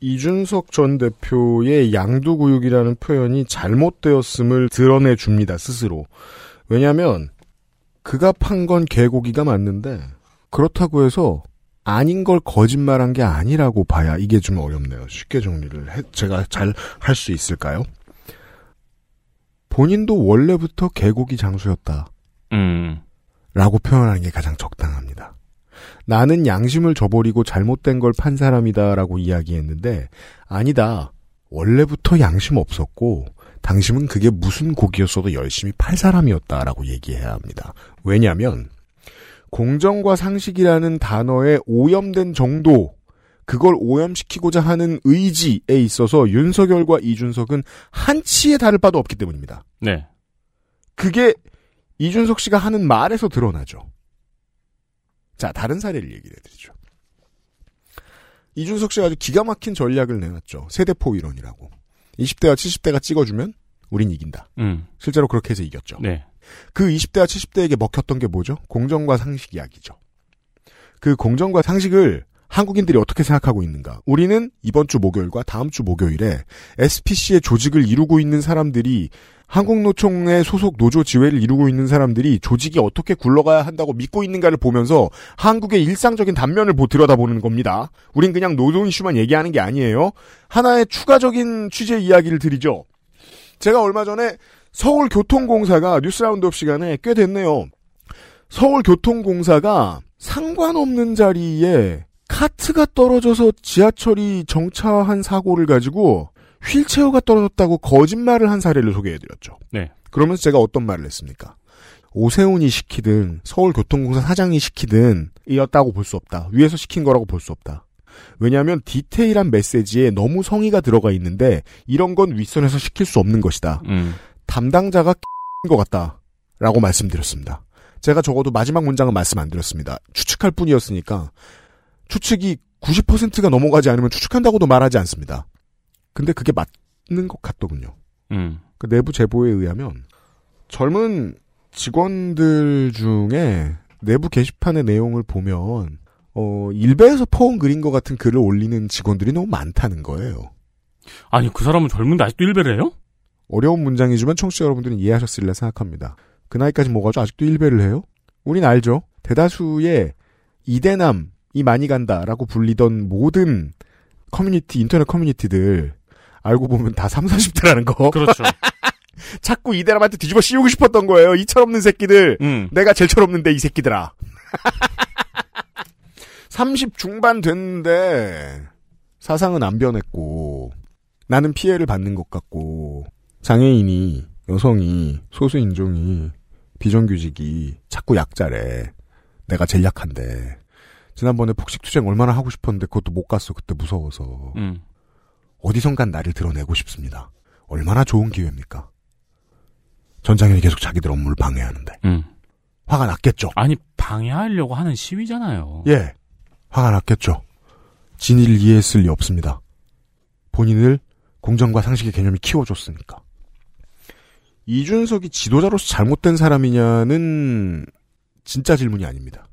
이준석 전 대표의 양두구육이라는 표현이 잘못되었음을 드러내 줍니다 스스로. 왜냐하면 그가 판 건 개고기가 맞는데 그렇다고 해서 아닌 걸 거짓말한 게 아니라고 봐야 이게 좀 어렵네요. 쉽게 정리를 해, 제가 잘 할 수 있을까요? 본인도 원래부터 개고기 장수였다.
음.
라고 표현하는 게 가장 적당합니다. 나는 양심을 저버리고 잘못된 걸 판 사람이다라고 이야기했는데 아니다. 원래부터 양심 없었고 당신은 그게 무슨 고기였어도 열심히 팔 사람이었다라고 얘기해야 합니다. 왜냐하면 공정과 상식이라는 단어에 오염된 정도 그걸 오염시키고자 하는 의지에 있어서 윤석열과 이준석은 한치의 다를 바도 없기 때문입니다.
네.
그게 이준석 씨가 하는 말에서 드러나죠. 자, 다른 사례를 얘기를 해드리죠. 이준석 씨가 아주 기가 막힌 전략을 내놨죠. 세대포 이론이라고. 20대와 70대가 찍어주면 우린 이긴다.
음.
실제로 그렇게 해서 이겼죠.
네.
그 20대와 70대에게 먹혔던 게 뭐죠? 공정과 상식 이야기죠. 그 공정과 상식을 한국인들이 어떻게 생각하고 있는가? 우리는 이번 주 목요일과 다음 주 목요일에 SPC의 조직을 이루고 있는 사람들이 한국노총의 소속 노조 지회를 이루고 있는 사람들이 조직이 어떻게 굴러가야 한다고 믿고 있는가를 보면서 한국의 일상적인 단면을 보- 들여다보는 겁니다. 우린 그냥 노동 이슈만 얘기하는 게 아니에요. 하나의 추가적인 취재 이야기를 드리죠. 제가 얼마 전에 서울교통공사가 뉴스라운드업 시간에 꽤 됐네요. 서울교통공사가 상관없는 자리에 카트가 떨어져서 지하철이 정차한 사고를 가지고 휠체어가 떨어졌다고 거짓말을 한 사례를 소개해드렸죠.
네.
그러면서 제가 어떤 말을 했습니까? 오세훈이 시키든 서울교통공사 사장이 시키든 이었다고 볼 수 없다. 위에서 시킨 거라고 볼 수 없다. 왜냐하면 디테일한 메시지에 너무 성의가 들어가 있는데 이런 건 윗선에서 시킬 수 없는 것이다.
음.
담당자가 것 같다. 라고 말씀드렸습니다. 제가 적어도 마지막 문장은 말씀 안 드렸습니다. 추측할 뿐이었으니까 추측이 90%가 넘어가지 않으면 추측한다고도 말하지 않습니다. 근데 그게 맞는 것 같더군요.
음.
그 내부 제보에 의하면 젊은 직원들 중에 내부 게시판의 내용을 보면 어 일베에서 포옹 그린 것 같은 글을 올리는 직원들이 너무 많다는 거예요.
아니 그 사람은 젊은데 아직도 일베를 해요?
어려운 문장이지만 청취자 여러분들은 이해하셨으리라 생각합니다. 그 나이까지 뭐가죠? 아직도 일배를 해요? 우린 알죠. 대다수의 이대남이 많이 간다라고 불리던 모든 커뮤니티, 인터넷 커뮤니티들 알고 보면 다 3, 40대라는 거.
그렇죠.
자꾸 이대남한테 뒤집어 씌우고 싶었던 거예요. 이 철없는 새끼들.
음.
내가 제일 철없는데 이 새끼들아. (laughs) 30 중반 됐는데 사상은 안 변했고 나는 피해를 받는 것 같고 장애인이 여성이 소수 인종이 비정규직이 자꾸 약자래 내가 제일 약한데 지난번에 폭식 투쟁 얼마나 하고 싶었는데 그것도 못 갔어 그때 무서워서
음.
어디선간 나를 드러내고 싶습니다 얼마나 좋은 기회입니까 전장현이 계속 자기들 업무를 방해하는데 화가 났겠죠
아니 방해하려고 하는 시위잖아요.
예. 화가 났겠죠. 진의를 이해했을 리 없습니다. 본인을 공정과 상식의 개념이 키워줬으니까. 이준석이 지도자로서 잘못된 사람이냐는 진짜 질문이 아닙니다.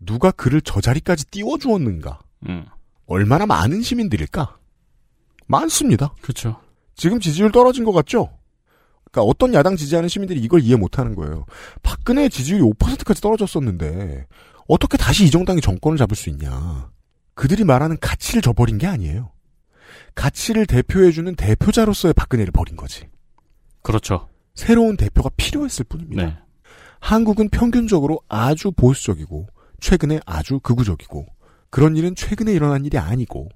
누가 그를 저 자리까지 띄워주었는가?
음.
얼마나 많은 시민들일까? 많습니다.
그렇죠.
지금 지지율 떨어진 것 같죠? 그러니까 어떤 야당 지지하는 시민들이 이걸 이해 못하는 거예요. 박근혜 지지율이 5%까지 떨어졌었는데 어떻게 다시 이 정당이 정권을 잡을 수 있냐? 그들이 말하는 가치를 저버린 게 아니에요. 가치를 대표해주는 대표자로서의 박근혜를 버린 거지.
그렇죠. 네.
새로운 대표가 필요했을 뿐입니다. 한국은 평균적으로 아주 보수적이고 최근에 아주 극우적이고 그런 일은 최근에 일어난 일이 아니고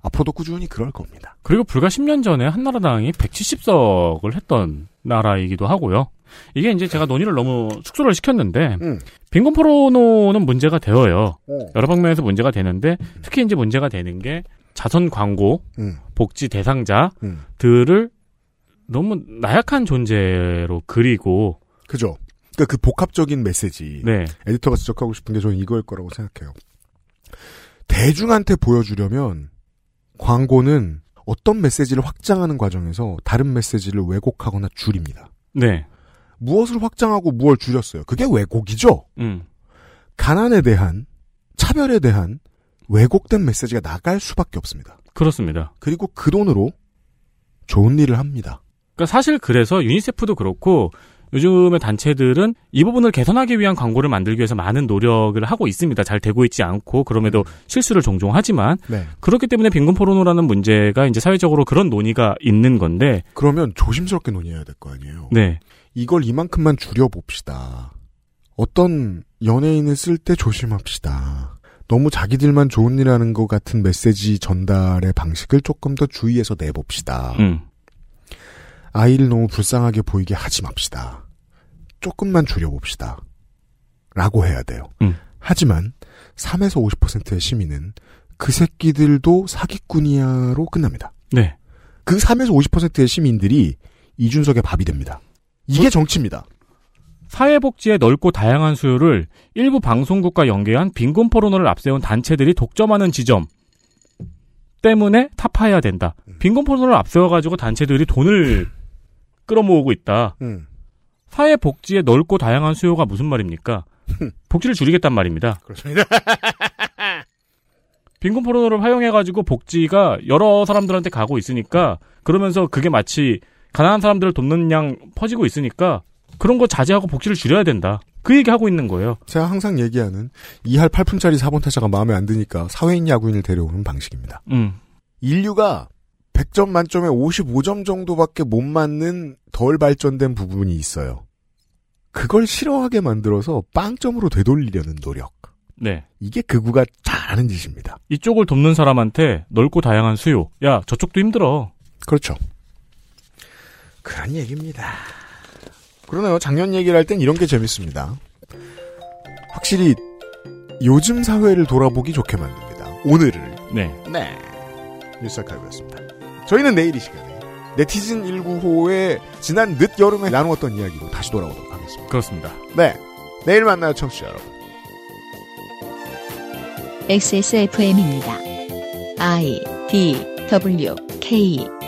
앞으로도 꾸준히 그럴 겁니다.
그리고 불과 10년 전에 한나라당이 170석을 했던 나라이기도 하고요. 이게 이제 제가 논의를 너무 축소를 시켰는데 빈곤 포로노는 문제가 되어요.
어.
여러 방면에서 문제가 되는데 특히 이제 문제가 되는 게 자선 광고,
음.
복지 대상자들을 너무 나약한 존재로 그리고
그죠. 그러니까 그 복합적인 메시지.
네.
에디터가 지적하고 싶은 게 저는 이거일 거라고 생각해요. 대중한테 보여주려면 광고는 어떤 메시지를 확장하는 과정에서 다른 메시지를 왜곡하거나 줄입니다.
네.
무엇을 확장하고 무엇을 줄였어요. 그게 왜곡이죠.
음.
가난에 대한 차별에 대한 왜곡된 메시지가 나갈 수밖에 없습니다.
그렇습니다.
그리고 그 돈으로 좋은 일을 합니다.
그러니까 사실 그래서 유니세프도 그렇고 요즘의 단체들은 이 부분을 개선하기 위한 광고를 만들기 위해서 많은 노력을 하고 있습니다. 잘 되고 있지 않고 그럼에도 실수를 종종 하지만
네.
그렇기 때문에 빈곤 포르노라는 문제가 이제 사회적으로 그런 논의가 있는 건데
그러면 조심스럽게 논의해야 될 거 아니에요.
네.
이걸 이만큼만 줄여봅시다. 어떤 연예인을 쓸 때 조심합시다. 너무 자기들만 좋은 일 하는 것 같은 메시지 전달의 방식을 조금 더 주의해서 내봅시다.
음.
아이를 너무 불쌍하게 보이게 하지 맙시다. 조금만 줄여봅시다. 라고 해야 돼요.
음.
하지만 3에서 50%의 시민은 그 새끼들도 사기꾼이야로 끝납니다.
네.
그 3에서 50%의 시민들이 이준석의 밥이 됩니다. 이게 정치입니다.
사회복지의 넓고 다양한 수요를 일부 방송국과 연계한 빈곤 포르노를 앞세운 단체들이 독점하는 지점 때문에 타파해야 된다. 빈곤 포르노를 앞세워가지고 단체들이 돈을 끌어모으고 있다.
음.
사회복지의 넓고 다양한 수요가 무슨 말입니까? 복지를 줄이겠단 말입니다.
그렇습니다. (laughs)
빈곤 포르노를 활용해가지고 복지가 여러 사람들한테 가고 있으니까 그러면서 그게 마치 가난한 사람들을 돕는 양 퍼지고 있으니까 그런 거 자제하고 복지를 줄여야 된다. 그 얘기하고 있는 거예요.
제가 항상 얘기하는 2할 8푼짜리 4번 타자가 마음에 안 드니까 사회인 야구인을 데려오는 방식입니다.
음.
인류가 100점 만점에 55점 정도밖에 못 맞는 덜 발전된 부분이 있어요. 그걸 싫어하게 만들어서 빵점으로 되돌리려는 노력.
네.
이게 극우가 잘하는 짓입니다.
이쪽을 돕는 사람한테 넓고 다양한 수요. 야, 저쪽도 힘들어.
그렇죠. 그런 얘기입니다. 그러네요. 작년 얘기를 할 땐 이런 게 재밌습니다. 확실히 요즘 사회를 돌아보기 좋게 만듭니다. 오늘을.
네.
네. 뉴스아카이브였습니다. 저희는 내일 이 시간에 네티즌 19호의 지난 늦 여름에 나누었던 이야기로 다시 돌아오도록 하겠습니다.
그렇습니다.
네. 내일 만나요, 청취자 여러분.
XSFM입니다. I D W K